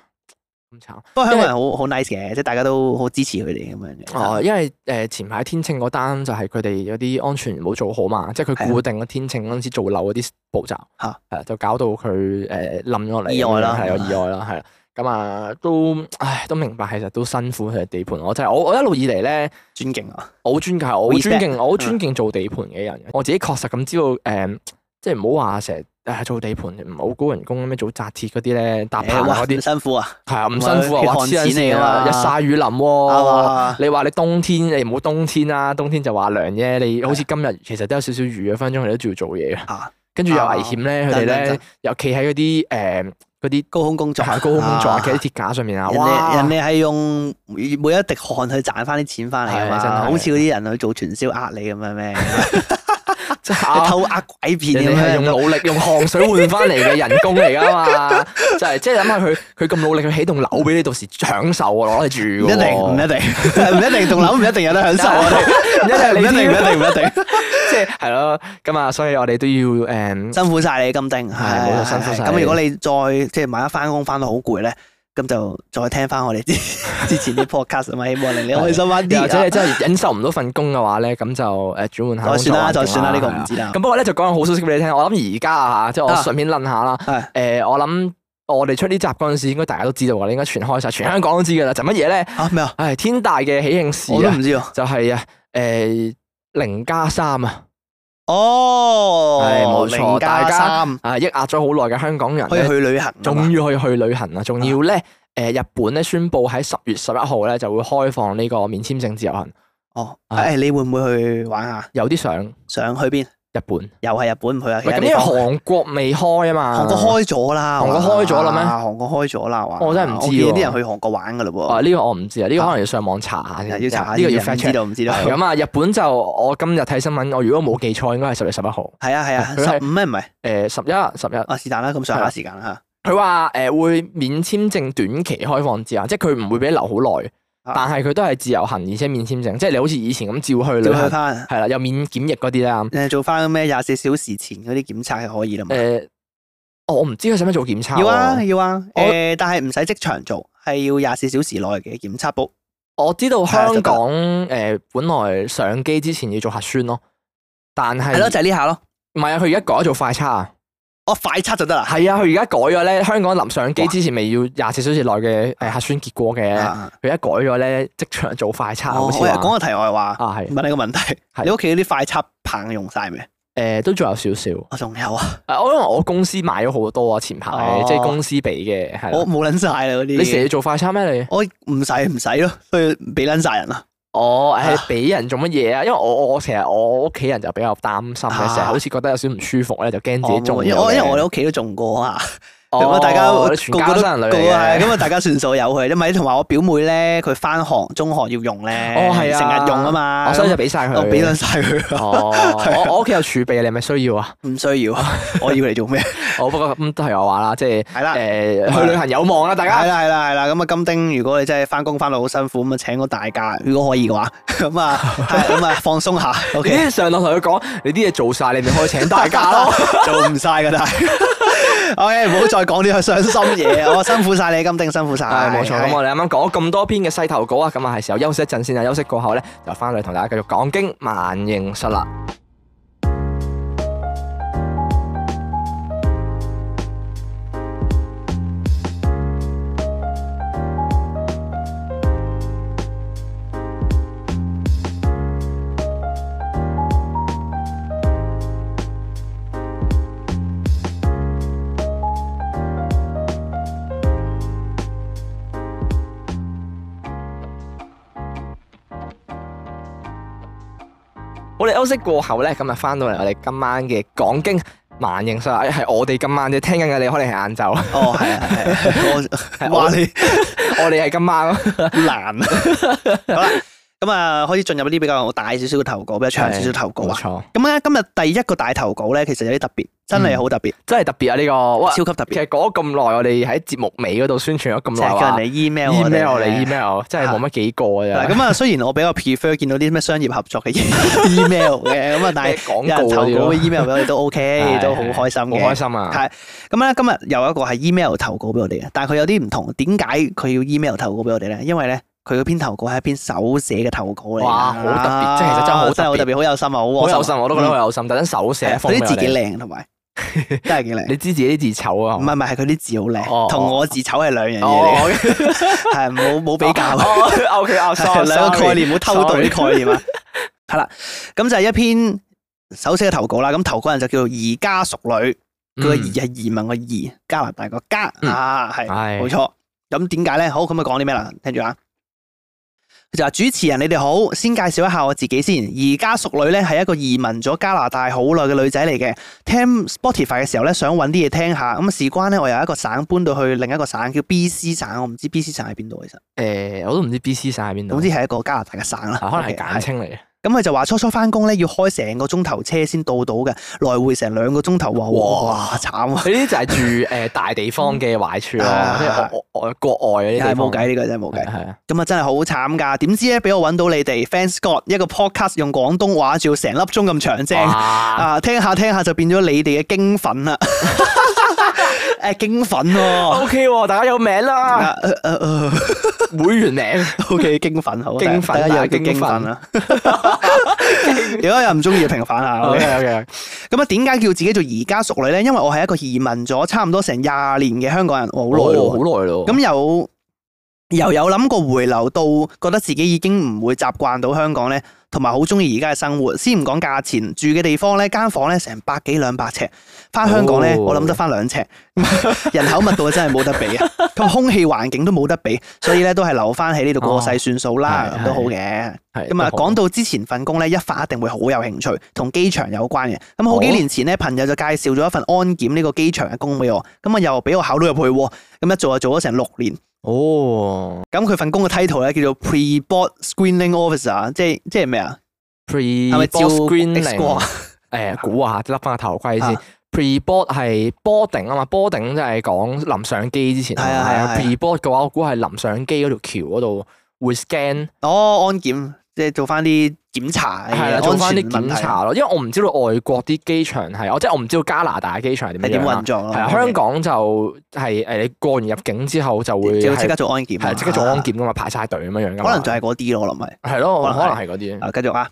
咁慘。不過香港人好好 nice 嘅，即系大家都好支持佢哋咁樣嘅。啊哦，因為誒、呃前排天秤嗰單就係佢哋有啲安全冇做好嘛，即係係啊佢固定個天秤嗰陣時做漏嗰啲步驟，嚇係啊就搞到佢誒冧咗嚟，意外啦係有係啊意外啦，係啦。咁啊，都唉，都明白，其實都辛苦佢哋地盤。我真係我我一路以嚟咧，尊敬啊，我好尊敬，我好 Respect 尊敬，我好尊敬做地盤嘅人嘅。我自己確實咁知道，誒、即係唔好話成日誒做地盤唔好高人工咩，做紮鐵嗰啲咧，搭棚誒哇嗰啲唔，辛苦啊，係啊，唔唔係辛苦啊，血哇汗黐撚錢嚟線㗎啊，嘛日曬雨淋啱喎。啊，你話你冬天，你唔好冬天啦，冬天就話涼啫。你好似今日其實都有少少雨，一分鐘佢哋都仲要做嘢嘅啊。跟住又危險咧，佢哋真真咧真又企喺嗰啲誒嗰啲高空工作，係 啊高空工作啊，啊企喺鐵架上面啊，人哋哇！人哋係用每一滴汗去賺翻啲錢翻嚟㗎係真係嘛，好似嗰啲人去做傳銷呃你咁樣咩，真係 啊偷呃拐騙人咁哋係樣用。努力用汗水換翻嚟嘅人工嚟噶嘛，就係即係諗下佢佢咁努力，佢起棟樓俾你到時享受啊，攞嚟唔住一㗎定，喎唔一定， 唔一定，仲諗唔一定有得享受 啊！ 唔一定唔你 一定，唔知一定，唔一定， 即係係咯，咁啊，所以我哋都要誒辛苦晒你金丁，係冇錯辛苦晒咁你如果你再即係萬一翻工翻到好攰咧，咁就再聽翻我 哋之之前啲 podcast 啊嘛，希望令你開心翻又或者你啲。啊真係忍受唔到份工嘅話咧，咁就誒轉換下就工作算啦，環境就算啦，呢個係唔啊知啦咁。不過咧就講個好消息俾你聽，我諗而家啊，即係我啊順便論下啦。係誒，我諗我哋出呢集嗰陣時，應該大家都知道㗎啦，應該全開晒，全香港都知㗎啦。就乜嘢咧？嚇咩啊？唉，天大嘅喜慶我事都啊唔，知喎。就係啊誒零加三啊，哦，係冇錯零大加家三啊抑壓咗好耐嘅香港人可以咧，去旅行㗎嘛，終於可以去旅行啦，仲要咧。誒日本咧宣布喺十月十一號咧就會開放呢個免簽證自由行，哦，啊誒，你會唔會去玩下？有啲想日想去邊？本。又係日本唔去啊？其喂他咁地因為方韓國未開啊嘛，韓國開咗啦，韓國開咗啦咩哇韓國開咗啦，哇我真係唔知我見喎啲人去韓國玩噶嘞啊噃，呢個我唔知啊，呢個可能要上網查下先，啊要查下呢個要啲人 fact 唔知 check。道唔知道。咁啊，日本就我今日睇新聞，我如果冇記錯，應該係十月十一號，係啊係 啊，佢係十五咩唔誒係十一十一。啊是但啦，咁上下時間啦佢話誒會免簽證短期開放自由行，即係佢唔會俾你留好耐，啊但係佢都係自由行，而且免簽證，即係你好似以前咁照去嚇，旅要去嗯行，翻係啦，又免檢疫嗰啲啦。誒做翻咩廿四小時前嗰啲檢測係可以啦嘛？誒，哦我唔知佢使唔使做檢測。要啊，要啊，我誒但係唔使即場做，係要廿四小時內嘅檢測報。我知道係啊香就得港誒本來上機之前要做核酸咯，但係係咯，就係呢下咯。唔係啊，佢而家改咗做快測啊。哦，快測就得啦。係啊，佢而家改咗咧，香港臨上機之前咪要廿四小時內嘅誒核酸結果嘅，啊佢而家改咗咧，即場做快測，哦啊好似喂話講個題外話，啊係問你個問題，係你屋企嗰啲快測棒用晒未？誒呃都仲有少少，我仲有啊，啊我因為我公司買咗好多啊，前排哦即係公司俾嘅，係我啦。冇撚晒啦嗰啲。你成日做快測咩你？我唔使唔使咯，佢俾撚晒人啦。我啊哦誒俾人做乜嘢啊？因為我我我成日我屋企人就比較擔心啊嘅，成日好似覺得有少少唔舒服咧，就驚自己中我咗嘅。哦因為我因為我哋屋企都中過啊，咁哦啊大家我個哋全家都都生人類個嚟個係嘅咁啊大家算數有佢，因為同埋我表妹咧，佢翻學中學要用咧，哦係啊成日用啊嘛，我所以就俾晒我佢。俾撚晒佢啊，哦，我我屋企有儲備，你係咪需要啊？ 唔需要，我要嚟做咩？我不過咁都係我話啦，即係係啦。誒去旅行有望啦， 啊大係家。啦係啦係啦，咁啊金丁，如果你真係翻工翻到好辛苦，咁啊請個大假，如果可以嘅話，咁啊係咁啊放鬆下你，OK，啲上堂同佢講，你啲嘢做晒，你咪可以請大假 咯。做唔晒噶但係 ，OK，唔好再講啲傷 心嘢，我辛苦晒你金丁，辛苦晒，係冇錯，係咁我哋啱啱講咗咁多篇嘅細頭稿啊，咁啊係時候休息一陣先啊，休息過後咧就翻嚟同大家繼續講經萬應室啦。好啦，休息過後咧，咁啊翻到嚟我哋今晚嘅講經萬應室啦，哎係我哋今晚啫，聽緊嘅你可能係晏晝，哦，係啊，係啊，我我話你我哋係今晚咯。 難啊！好啦，咁啊，可以進入啲比較大少少嘅投稿，比較長少少投稿冇啊。錯，咁咧，今日第一個大投稿咧，其實有啲特別，真係好特別，真係特別啊！呢個哇，超級特其別，實講咗咁耐，我哋喺節目尾嗰度宣傳咗咁成耐日叫話人嚟 email 我 à? 哋啊 email 啊我哋 email，真係冇乜幾個嗱啊！咁啊，雖然我比較 prefer 見到啲咩商業合 作嘅 email 嘅，咁啊，但係廣有人投告稿嗰啲嘅咯 Dạ, email 俾我哋都 OK， 係都好開心好開嘅。心啊！係咁咧，今日有一個係 email 投稿俾我哋嘅，但係佢有啲唔同。點解佢要 email 投稿俾我哋咧？因為咧，佢嗰篇投稿係一篇手寫嘅投稿嚟㗎。哇好特別即係其實真係好特別嗯真係好特別，好有心啊，好好窩有心，我都覺得好有心，特登手寫嗯封佢俾啲我字幾哋。 靚，同埋真係幾靚你。知自己啲字醜啊？唔係唔係，係佢啲字好哦靚，同我字醜係兩樣嘢嚟哦，嘅， 係冇冇 比較。啊 O K，我哦 sorry，兩個概念，唔好偷渡 sorry 啲概 念啊。係啦，咁就係一篇手寫嘅投稿啦。咁投稿人就叫做移家淑女，佢個移係移民個移，加拿大個家嗯啊，係係冇錯。咁點解咧？好，咁佢講啲咩啦？聽住啊。佢就話主持人你哋好，先介紹一下我自己先。而家淑女咧係一個移民咗加拿大好耐嘅女仔嚟嘅。聽 Spotify 嘅時候咧，想揾啲嘢聽下。咁事關咧，我由一個省搬到去另一個省叫 B.C 省，我唔知 B.C 省喺邊度其實。誒，我都唔知 B C 省喺邊度。總之係一個加拿大嘅省啦，啊可能係 OK，簡稱嚟嘅。咁佢就話初初翻工咧要開成個鐘頭車先到到嘅，來回成兩個鐘頭喎，哇哇慘啊！佢呢啲就係住誒大地方嘅壞處咯，啊即係我我我國外嗰啲係地方冇計呢個真係冇係計，係啊，咁啊真係好慘㗎！點知咧俾我揾到你哋 Fans God 一個 podcast 用廣東話，仲要成粒鐘咁長正哇啊！聽下聽下就變咗你哋嘅經粉啦， 誒經粉喎， O K 喎，大家有名啦，啊呃呃呃 會員名 O.K. 經粉 好，啊經粉大家有大家經經經粉粉啦。啊 如果有唔中意嘅平反下，O ，OK。 K O K，咁啊，點解叫自己做移家淑女咧？因為我係一個移民咗差唔多成廿年嘅香港人，我好耐咯，好咯耐咯，喎。咁有由有諗過回流到覺得自己已經唔會習慣到香港咧，同埋好中意而家嘅生活。先唔講價錢，住嘅地方咧，間房咧成百幾兩百尺，翻香港咧，哦我諗得翻兩尺， 人口密度真係冇得 比啊！咁空氣環境都冇得比，所以咧都係留翻喺呢度過世算數啦，哦咁係都好嘅。係咁啊，都好講到之前份工咧，一發一定會好有興趣，同機場有關嘅。咁好幾好年前咧，朋友就介紹咗一份安檢呢個機場嘅工俾我，咁啊又俾我考到入去喎。咁一做就做咗成六年。哦咁佢份工嘅 title 咧叫做 Pre-board Screening Officer，即係即係咩啊？ ，pre 係咪照 board X screening？光誒 估下，笠翻個頭盔先啊。 pre board 係 boarding 啊嘛，boarding 即係講臨上機之前係啊係係啊啊係啊，pre board 嘅話，我估係臨上機嗰條橋嗰度會 scan 哦，安檢即係做翻啲檢查嘅嘢，係啊啦，做翻啲啊安全問題啊檢查咯。因為我唔知道外國啲機場係，我即係我唔知道加拿大嘅機場係係點點樣啦運。作咯。係啊，香港就係誒你過完入境之後就會就要即刻係做安檢啊，係即刻做安檢噶啊嘛，排晒隊咁樣樣噶嘛。可能就係嗰啲咯，我諗係。係咯，可可能係能係嗰啲。啊，繼續啊。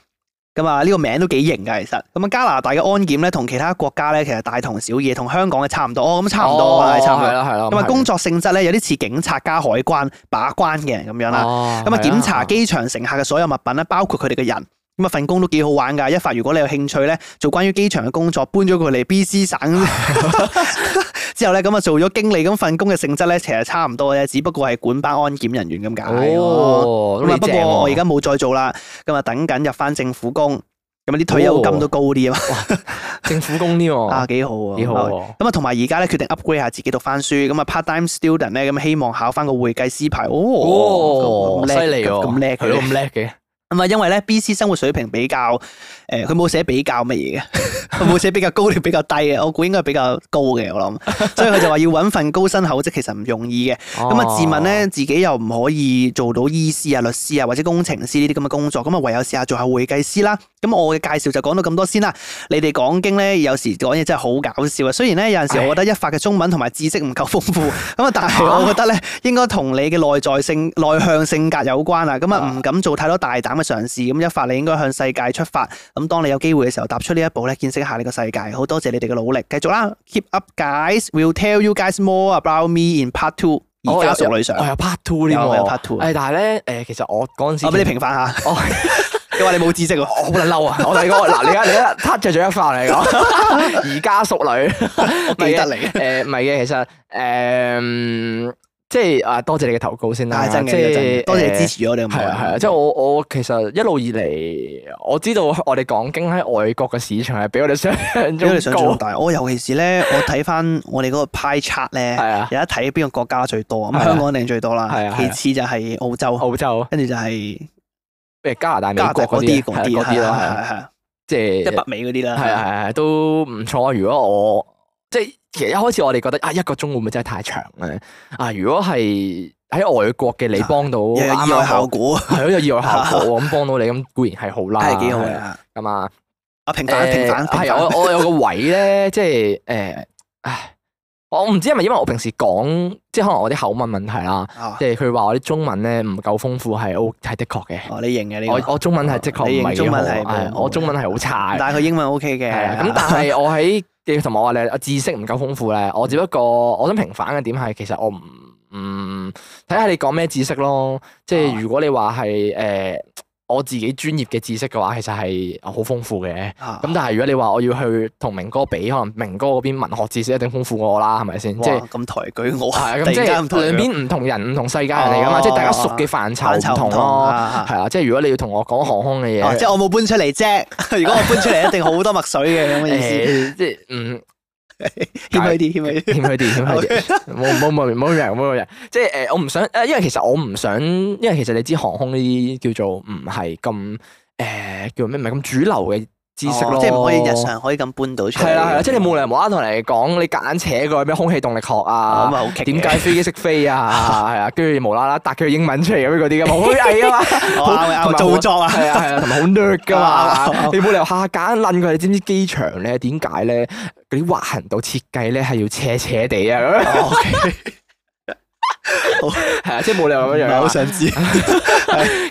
咁啊，呢個名都幾型㗎，其實。咁啊，加拿大嘅安檢咧，同其他國家咧，其實大同小異，同香港嘅差唔多。哦，咁差唔多啦，係係差唔係多。啦係啦。咁啊，工作性質咧，有啲似警察加海關把關嘅咁樣啦。哦啦咁啊，檢查機場乘客嘅所有物品咧，包括佢哋嘅人。咁啊，份工都幾好玩㗎。一發如果你有興趣咧，做關於機場嘅工作，搬咗佢嚟 B.C 省之後咧，咁啊做咗經理，咁份工嘅性質咧，其實差唔多嘅，只不過係管班安檢人員咁解咯。哦，咁啊，你不正過我而喎家冇再做啦，咁啊等緊入翻政府工，咁啊啲退休金都高啲啊政府工啲嘛， 啊喎，幾好啊，哦幾好喎。咁啊，同埋而家咧決定 upgrade 下自己讀翻書，咁啊 part time student 咧，咁希望考翻個會計師牌。哦，哦，咁犀叻利喎，咁叻佢都嘅。咁叻嘅，咁啊，因為咧 B.C. 生活水平比較，誒佢冇寫比較乜 嘢嘅，佢冇寫比較高定比較低嘅，我估應該係比較高嘅，我諗。所以佢就話要揾份高薪厚職其實唔容易嘅。哦咁啊，自問咧，自己又唔可以做到醫師啊、律師啊或者工程師呢啲咁嘅工作，咁啊唯有試下做下會計師啦。咁我嘅介紹就講到咁多先啦。你哋講經咧，有時講嘢真係好搞笑啊！雖然咧有陣時唉我覺得一發嘅中文同埋知識唔夠豐富，咁啊，但係我覺得咧應該同你嘅內在性、內向性格有關啊。咁啊，唔敢做太多大膽嘅嘗試。咁一發你應該向世界出發。咁當你有機會嘅時候，踏出呢一步咧，見識一下呢個世界。好多謝你哋嘅努力，繼續啦，keep up guys，will tell you guys more about me in part two。哦而家熟女上有，我有 part two 添有有喎， part two 啊。誒，但係咧，誒，其實我嗰陣時，我俾你平反下，我你話你冇知識喎。我好撚嬲啊！我同你講，嗱，你而家你而家撻着咗一發嚟講，而家淑女， 記得你誒，唔係啊嘅，其實誒，即係啊，多謝你嘅投稿先啦，啊，真嘅，即真係嘅多謝誒你支持我哋咁係耐。啊係啊，即係我我其實一路以嚟，我知道我哋講經喺外國嘅市場係比我哋想象因為中你想做高，大，我尤其是咧，我睇翻我哋嗰個 pie chart 咧，係啊有一睇邊個國家最係多，咁啊香港一定最多係啊啦係啊，其次就係澳洲，澳洲。跟住就係誒加拿大、美加拿大國嗰嗰啲啲嗰係啲嗰係啲啦，係係啊係係，即即係係北美嗰啲啦，係啊係啊都唔錯。如果我即係其實一開始我哋覺得啊一個鐘會唔會真係太長咧？啊，如果係喺外國嘅你幫到啊又有啱意啱好外效果，係咯有意外效果喎咁幫到你咁固然係好啦，係幾好係嘅啊。。咁啊，啊平反平反誒平係啊反，我我有個位咧，即係誒，唉，我唔知係咪因為我平時講即係可能我啲口吻問題啦，啊即係佢話我啲中文咧唔夠豐富係 O 係的確嘅。哦你認嘅呢我個，我中文係的確你唔認係中幾好，文係冇係我中文係好差嘅。但係佢英文 OK 嘅，係啊， 咁但係我喺嘅同埋我話你我知識唔夠豐富咧，我只不過我想平反嘅點係，其實我唔唔睇下你講咩知識咯。即哦係如果你話係誒我自己專業嘅知識嘅話，其實係好豐富嘅。啊咁但係如果你話我要去同明哥比，可能明哥嗰邊文學知識一定豐富過我啦，係咪先？即係哇咁抬舉我，哦係啊突咁，然即間咁抬係兩舉邊唔同人、唔同世界人嚟噶嘛，哦即係大家熟嘅範疇範疇唔同啊咯。啊係啊，即係如果你要同我講航空嘅嘢，哦，即係我冇搬出嚟啫。 如果我搬出嚟，一定好多墨水嘅咁嘅意思。誒即係嗯。謙虛謙虛啲，謙虛啲。啲，謙虛啲，冇冇冇冇人冇人，即係誒、呃我唔想誒、呃因為其實我唔想，因為其實你知航空呢啲叫做唔係咁誒叫咩，唔係咁主流嘅知識咯，哦即係唔可以日。常可以咁搬到出嚟。係啦係啦，即係你冇理由無啦啦同人哋講你夾硬扯個咩空氣動力學哦啊咁，啊好棘嘅點解飛機識飛 啊，係啊，跟住無啦啦答佢英文出嚟咁樣嗰啲噶嘛，好曳啊嘛。 我啱嘅啱同嘅埋做作 啊。係啊係哦啊，同埋好 nerd 噶 啊嘛，你冇理由下下揀撚佢，你知唔知機場咧點解咧嗰啲滑行道設計咧係要斜斜地啊咁樣，哦，OK， 係啊，即係冇理由咁樣唔樣係好啊。想 知。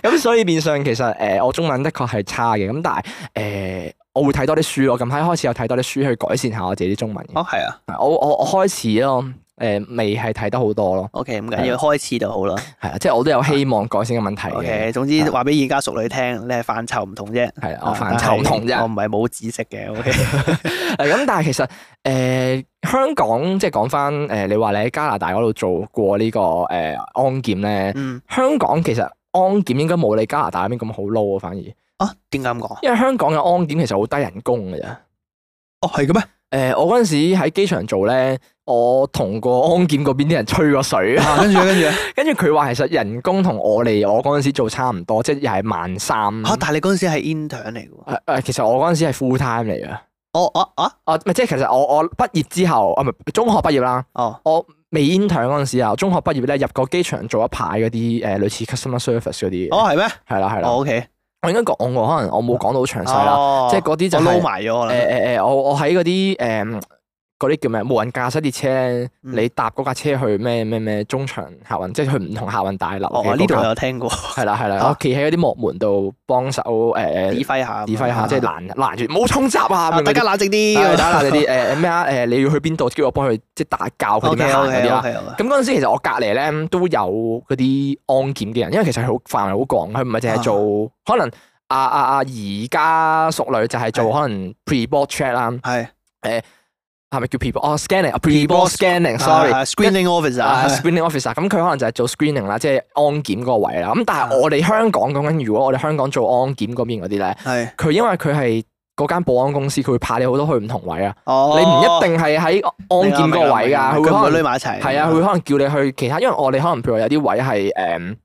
咁所以變相其實誒、呃我中文的確係差嘅，咁但係誒、呃我會睇多啲書咯。近排開始有睇多啲書去改善下我自己啲中文嘅。哦，係啊我我我開始咯，誒、未係睇得好多咯， ，OK，唔緊要，開始就好啦。係啊，即係我都有希望改善嘅問題嘅， OK，總之話俾而家熟女聽，你係範疇唔同啫。係啊，我範疇唔同啫我。唔係冇知識嘅。OK，誒咁，但係其實誒、呃香港即係講翻誒，你話你喺加拿大嗰度做過呢、個誒、呃安檢咧，嗯，香港其實安檢應該冇你加拿大嗰邊咁好撈啊，反而，因啊，點解咁講？為香港嘅安檢其實好低人工㗎咋。哦，係嘅咩？誒、我嗰陣時喺機場做咧，我同個安檢嗰邊啲人吹過水，啊，跟住咧跟 住咧，跟住佢話其實人工同我哋我嗰陣時做差唔多，即係又係萬三。啊嚇！但係你嗰陣時係 intern 嚟嘅喎。誒誒，其實我嗰陣時係 full time 嚟嘅。哦哦啊，哦，唔係即係其實我我畢業之後，啊唔係中學畢業啦，哦，我未 intern 嗰陣時啊，中學畢業咧入過機場做一排嗰啲呃誒類似 customer service 嗰啲哦嘅，係咩？係啦係哦啦。 ，OK，我應該講過，可能我冇講到好詳細啦。哦即係嗰啲就我係撈埋咗可能。誒誒誒，我我喺嗰啲誒嗰啲叫咩無人駕駛列車咧，嗯你搭嗰架車去咩咩咩中場客運，即係去唔同客運大樓嘅哦，呢度嗰我架有聽過，係啦係啦，啊我企喺嗰啲幕門度幫手誒指誒揮下，指揮下，即係嗱，攔攔住冇衝閘啊！啊咁樣嗰大啲家冷靜啲係咁樣。打爛你啲誒誒咩啊誒，你要去邊度？跟住我幫佢即係打教佢 O 點 K 樣 O 行嗰 K 啲啊 O 啦。 K 咁嗰陣時其實我隔離咧都有嗰啲安檢嘅人，因為其實佢好範圍好廣，佢唔係淨係做可能啊啊啊而家淑女就係做係可能 pre board check 啦，係係咪叫 pre board？哦 scanning 啊 pre board scanning，sorry。啊 screening officer 啊啊，screening officer，咁佢可能就係做 screening 啦，即係安檢嗰個位啦。咁但啊係我哋香港講緊，如果我哋香港做安檢嗰邊嗰啲咧，係佢因為佢係嗰間保安公司，佢會派你好多去唔同位啊。哦，你唔一定係喺安檢個位㗎，佢會明白明白明白佢唔會可匿能埋一齊。係啊，佢會可能叫你去其他，因為我哋可能譬如話有啲位係誒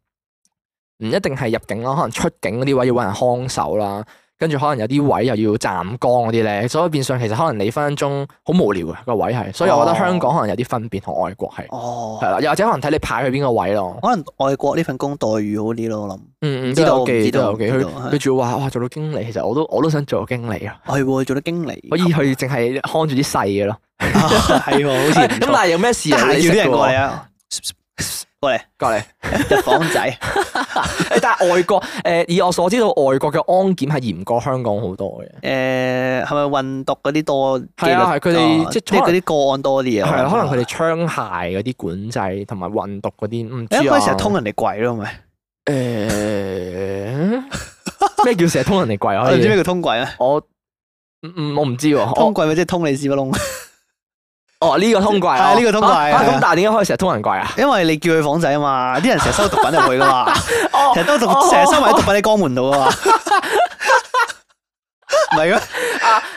唔一定係入境啦，可能出境嗰啲位要揾人看守啦，跟住可能有啲位又要站崗嗰啲咧，所以變相其實可能你分分鐘好無聊啊嘅個位係，所以我覺得香港可能有啲分別同外國係哦，係啦，又或者可能睇你派去邊個位咯。可能外國呢份工待遇好啲咯，我諗。嗯嗯，知道都有知記道都有記，知佢道係佢仲要話哇做到經理，其實我都我都想做到經理啊，哦係喎，做到經理可以去淨係看住啲細嘅咯。啊 係喎，好似唔咁但錯。係有咩事得啊？閒你識叫啲人嘅過喎嚟啊，過嚟過嚟。 入房仔。誒， 但係外國誒、以我所知道，外國嘅安檢係嚴過香港好多嘅。誒係咪運毒嗰啲多？係啊係佢哋哦即係即係嗰啲個案多啲啊。係啦，可能佢哋槍械嗰啲管制同埋運毒嗰啲，唔知誒啊。佢成日通人哋櫃咯，咪誒 咩、叫成日通人哋櫃啊？可 我唔知咩以叫通櫃啊？我嗯嗯我唔知喎。通我櫃咪即係通你屎忽窿， 哦呢、個通櫃係啊啊，呢個通櫃啊係啊啊咁、但係點解可以成日通人櫃啊？因為你叫佢房仔啊嘛，啲人成日收毒品入去噶嘛， 哦成日都毒哦， 成日收埋啲毒品喺江門度啊嘛，唔係咩？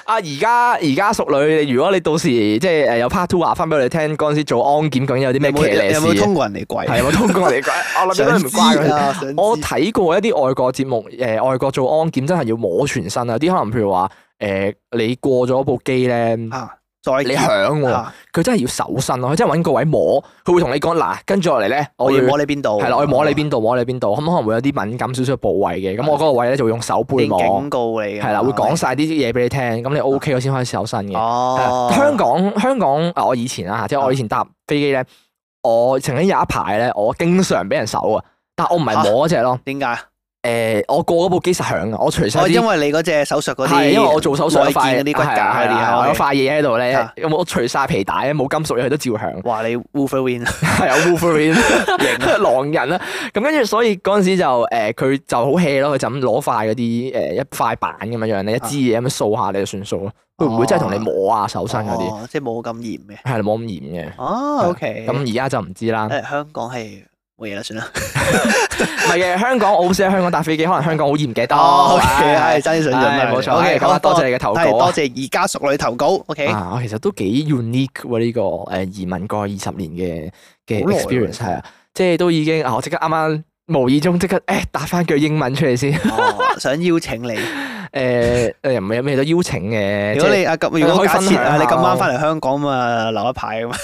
啊，而家而家淑女，你如果你到時即係誒有 part two 話翻俾我哋聽，嗰陣時做安檢究竟有啲你有咩騎冇呢有事冇啊？通過人哋跪？係有冇通過嚟講？我諗想應該唔關佢知事。啊！想知我睇過一啲外國節目，誒、外國做安檢真係要摸全身啊！有啲可能譬如話誒、你過咗部機咧，你啊，再響喎、啊佢真係要手伸咯，佢真係揾個位摸，佢會同你講嗱，跟住落嚟咧，我我要要摸你邊度？係啦，我要摸你邊度，摸你邊度，咁可能會有啲敏感少少嘅部位嘅，咁我嗰啊個位咧就會用手背你摸，警告你㗎係啦，會講晒啲嘢俾你聽，咁你 OK 我先開始手伸嘅。係啊哦啦，香港香港啊，我以前啊，即係我以前搭飛機咧，我曾經有一排咧，我經常俾人手啊，但我唔係摸嗰只咯，點解？誒，呃我過嗰部機實響啊，我隨身哦，因啲。為你嗰隻手術嗰啲，係，因為我做手術有內塊建嗰啲骨係啊架嗰係啊啲有係。塊嘢喺度咧啊，我除晒皮帶，冇金屬嘢佢都照響。哇！你 Wolverine 係有 Wolverine 啊狼人啦。咁跟住所以嗰陣時就誒佢、就好 hea 咯，佢就咁攞塊嗰啲呃誒一塊板咁樣樣咧，一支嘢咁樣掃下你就算數咯。佢唔會真係同你摸啊手身嗰啲，哦哦即係冇咁嚴嘅。係冇咁嚴嘅。哦，OK。咁而家就唔知 啦。誒香港係冇嘢啦，算啦。唔係嘅，香港我好少喺香港搭飛機，可能香港好嚴嘅多。哦，OK，唉係真係想象唉冇錯。 OK， OK，咁啊，多謝你嘅投係稿多啊。謝而家熟女投稿，OK，啊，我其實都幾 unique 喎呢個誒移民過二十年嘅嘅好耐喎 experience 係啊，即係都已經啊，我即刻啱啱無意中即刻誒打翻句英文出嚟先。哦想邀請你。誒誒唔係有咩都邀請嘅，即如果係你啊咁，如果可以假分設享啊，下你咁啱翻嚟香港咁啊，留一排咁 啊，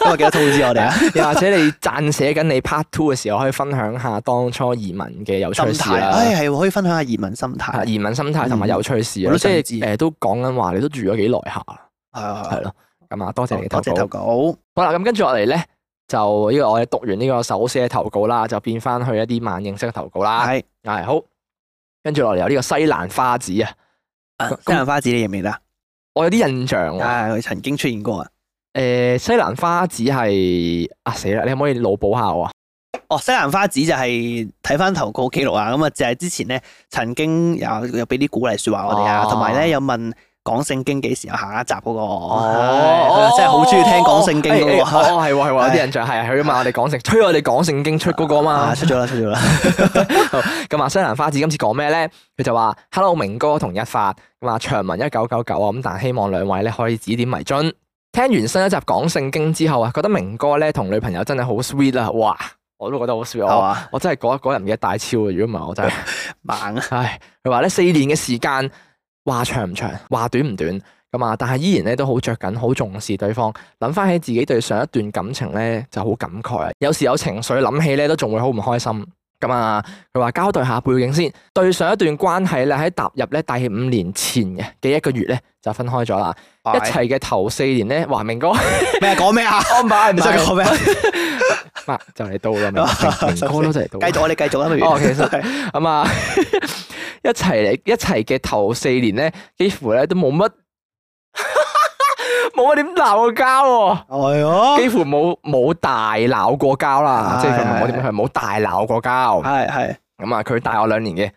咁啊，記得通知我哋啊。又或者你撰寫緊你 part two 嘅時候，可以分享下當初移民嘅有趣心事態，啦唉，。係可以分享下移民心態係。移民心態同埋有趣事嗯啦，我都即想係知誒都講緊話，你都住咗幾耐下啦，係啊係係啊，咯。咁啊，多謝你嘅多謝投投稿。稿。好啦，咁跟住落嚟咧，就呢個我哋讀完呢個手寫投稿啦，就變翻去一啲萬應式嘅投稿啦。係係好，跟住落嚟有呢個西蘭花子啊，西蘭花子你認唔認得啊？我有啲印象喎。啊，佢曾經出現過啊。誒，西蘭花子係啊死啦，你可唔可以腦補下我啊？哦，西蘭花子就係睇翻投稿記錄啊，咁啊就係之前咧曾經有有俾啲鼓勵説話我哋啊，哦同埋咧有問講聖經幾時有下一集嗰個，哦唉，佢真係好中意聽講聖經嗰嗰個。個。哦，係喎係喎，有啲印象係啊佢嘛，我哋講聖，推我哋講聖經出嗰個嘛啊，。出咗啦，出咗啦。咁啊，西蘭花子今次講咩咧？佢就話：Hello，明哥同一發咁啊，長文一九九九啊，咁但希望兩位咧可以指點迷津。聽完新一集講聖經之後啊，覺得明哥咧同女朋友真係好 sweet 啊！哇，我都覺得好 sweet，係我嘛？我真係嗰嗰人唔記得帶超啊！如果唔係 我真係。猛啊！唉，佢話咧四年嘅時間，話長唔長，話短唔短咁啊，但係依然咧都好着緊，好重視對方。諗翻起自己對上一段感情咧，就好感慨啊！有時有情緒諗起咧，都仲會好唔開心。咁啊，佢話交代下背景先。對上一段關係咧，喺踏入咧第五年前嘅嘅一個月咧，就分開咗啦。一一齊齊嘅頭四年咧，華明哥， 安啊咩講咩啊？排 唔你使想講 咩啊？就嚟到啦，明明明 哥都就嚟到啦。繼續，我哋繼續啊啦，不如。哦其實咁啊， 一齊嚟一齊嘅頭四年咧，幾乎咧都冇乜冇乜點鬧過交喎。哦係啊咯，幾乎冇冇大鬧過交啦，係即係佢唔係冇係點佢係冇大鬧過交。係係，咁啊，佢大我兩年嘅，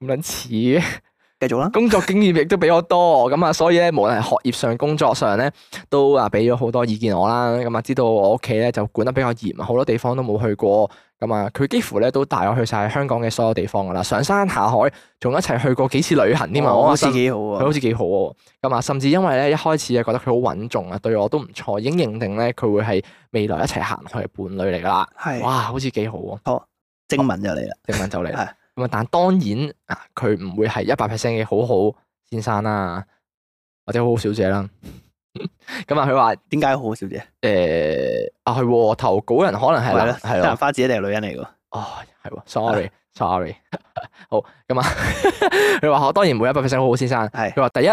咁撚似嘅。繼續啦。工作經驗亦都比我多，咁啊，所以咧，無論係學業上、工作上咧，都啊俾咗好多意見我啦。咁啊，知道我屋企咧就管得比較嚴，好多地方都冇去過。咁啊，佢幾乎咧都帶我去晒香港嘅所有地方噶啦，上山下海，仲一齊去過幾次旅行添啊！哦我好覺得似幾好佢啊好。似幾好喎。咁啊，甚至因為咧一開始啊覺得佢好穩重啊，對我都唔錯，已經認定咧佢會係未來一齊行去嘅伴侶嚟噶啦。係哇，好似幾好喎！正文就嚟啦。正文就嚟係啦。咁啊，但當然啊，佢唔會係一百 percent 嘅好好先生啦，或者好好小姐啦。 咁啊，佢話點解好小姐？誒啊，係喎，投稿人可能係係男啦，西係蘭咯，花子一定係女人嚟㗎。哦係喎，sorry sorry，好 咁啊，佢話我當然唔會一百 percent 好好先生。係佢話第一，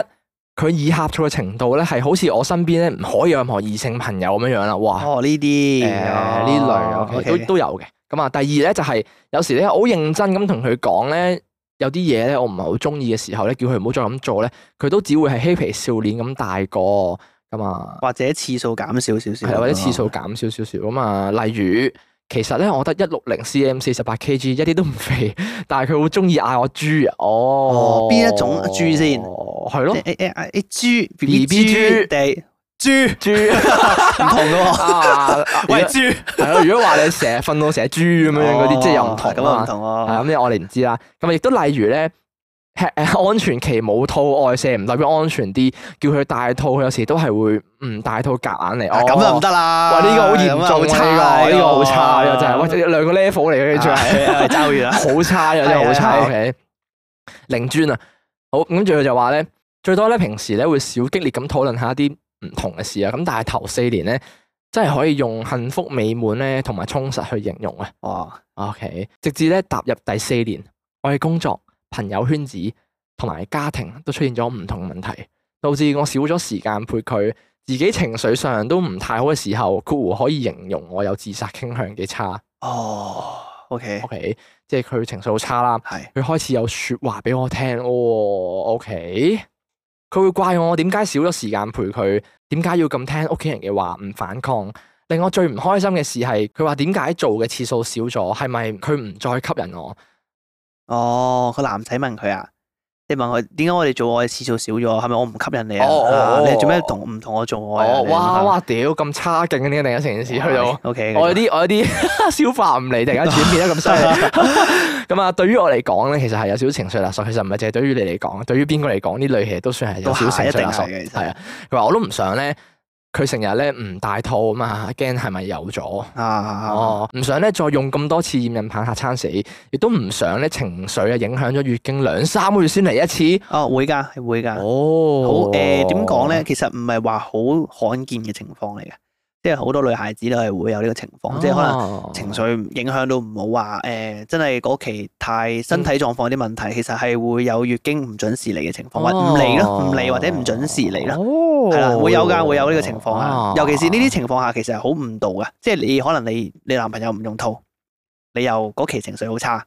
佢以呷醋嘅程度咧，係好似我身邊咧唔可以有任何異性朋友咁樣樣啦。哇！哦，呢啲啊誒呢類哦 OK， OK 都都有嘅。咁啊，第二咧就係有時咧好認真咁同佢講咧，有啲嘢咧我唔係好中意嘅時候咧，叫佢唔好再咁做咧，佢都只會係嬉皮笑臉咁大個咁啊，或者次數減少少少，係啦或者次數減少少少咁啊。例如，其實咧我覺得一六零 cm 四十八 kg 一啲都唔肥， 但係佢好中意嗌我豬啊。哦哦，邊一種豬先係咯誒，誒誒誒豬 BB B B 豬豬地豬哦豬唔同嘅喎， 啊，喂豬係咯。如果話你成日瞓到成隻豬咁樣嗰啲，即係又唔同咁啊啊嘛唔同係喎，咁，呢我哋唔知啦。咁啊亦都例如咧，吃 誒安全期冇套外射唔代表安全啲，叫佢戴套，佢有時都係會唔戴套夾硬嚟。啊咁就唔得。得啦！哇！呢個好嚴咁啊重啊！呢個呢個好差，呢個真係，喂兩個 level 嚟嘅，係最係。啊係 爭好遠啦。好差嘅，真係好差。係係 OK，零專啊，好咁跟住佢就話咧，最多咧平時咧會少激烈咁討論下一啲唔同嘅事啊。咁但係頭四年咧，真係可以用幸福美滿咧同埋充實去形容啊。哦， OK，直至咧踏入第四年，我嘅工作、朋友圈子同埋家庭都出現咗唔同問題，導致我少咗時間陪佢，自己情緒上都唔太好嘅時候，括弧可以形容我有自殺傾向嘅差。哦，OK， OK，即係佢情緒好差啦。係佢開始有説話俾我聽哦，OK，佢會怪我點解少咗時間陪佢，點解要咁聽屋企人嘅話唔反抗。令我最唔開心嘅事係，佢話點解做嘅次數少咗，係咪佢唔再吸引我？哦，個男仔問佢啊，即係問佢點解我哋做愛嘅次數少咗，係咪我唔吸引你啊哦哦啊？哦你做咩同唔啊同我做愛啊？哦，你哇哇屌，咁差勁嘅呢個另一成件事去到。 O K，我有啲我有啲 消化唔嚟，突然間轉變得咁犀 利。咁啊，對於我嚟講咧，其實係有少少情緒勒索。其實唔係淨係對於你嚟講，對於邊個嚟講呢類其實都算係有少少情緒勒索。都係一定係嘅其實係啊，佢話我都唔想咧，佢成日咧唔戴套啊嘛，驚係咪有咗？啊，哦，唔想咧再用咁多次驗孕棒嚇撐死，亦都唔想咧情緒啊影響咗月經兩三個月先嚟一次。哦會㗎，係會㗎。哦，好誒點講咧？？其實唔係話好罕見嘅情況嚟嘅，即係好多女孩子都係會有呢個情哦況，即係可能。能情緒影響到唔好話誒，真係嗰期太嗯身體狀況有啲問題，其實係會有月經唔準時嚟嘅情況，或唔嚟咯，唔嚟或者唔準時嚟啦，哦，係啦，會有㗎，會有呢個情況啊啊。尤其是呢啲情況下，其實係好誤導㗎，即係你可能你你男朋友唔用套，你又嗰期情緒好差，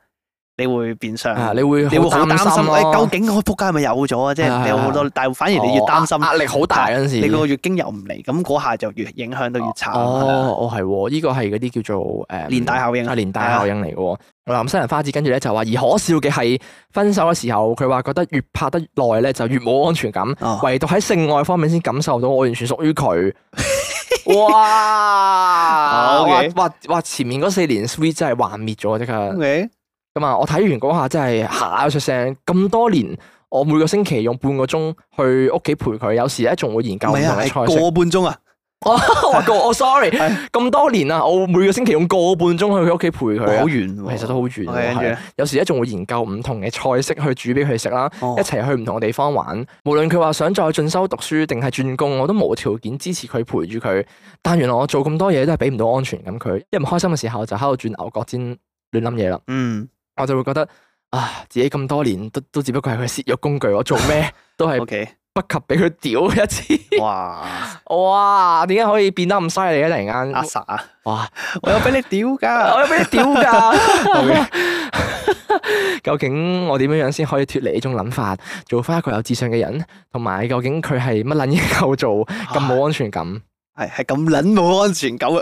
你會變相，啊，你會你會好擔心咯誒，究竟我仆街係咪有咗啊？即係你有好多，但係反而你越擔心啊哦，壓壓力好大嗰陣時，哦你個月經又唔嚟，咁嗰下就越影響到越慘。係啊哦，哦係喎，呢個係嗰啲叫做誒連帶效應啊啊連帶效應嚟嘅喎。南西人花子跟住咧就話，而可笑嘅係分手嘅時候，佢話覺得越拍得耐咧就越冇安全感，哦唯獨喺性愛方面先感受到我完全屬於佢。 哇！哦哇，OK 哇哇！前面嗰四年 sweet 真係幻滅咗即刻。 ，OK。咁啊，我睇完嗰下真係嚇咗出聲。咁多年，我每個星期用半個鐘去屋企陪佢，有時咧仲會研究唔唔同係啊，嘅係菜式。個半鐘啊， 我個我 sorry，係咁多年啦，我每個星期用個半鐘去佢屋企陪好佢啊，遠喎。其實都好遠係喎。跟住係咧啊有時咧仲會研究唔同嘅菜式去煮俾佢食啦，哦一齊去唔同嘅地方玩。無論佢話想再進修讀書定係轉工，我都無條件支持佢陪住佢。但原來我做咁多嘢都係俾唔到安全感佢，一唔開心嘅時候就喺度轉牛角尖亂諗嘢啦。嗯我就會覺得啊，自己咁多年都都只不過係佢泄欲工具，我做咩 都係，OK，不及俾佢屌一次。哇， 哇，點解可以變得咁犀利咧？突然阿間， Sa 啊，哇！我有俾你屌我㗎，有俾你屌 㗎。究竟我點樣樣先可以脱離呢種諗法，做翻一個有智商嘅人？同埋究竟佢係乜撚嘢構 造咁冇安全感？係係咁撚冇安全 感啊，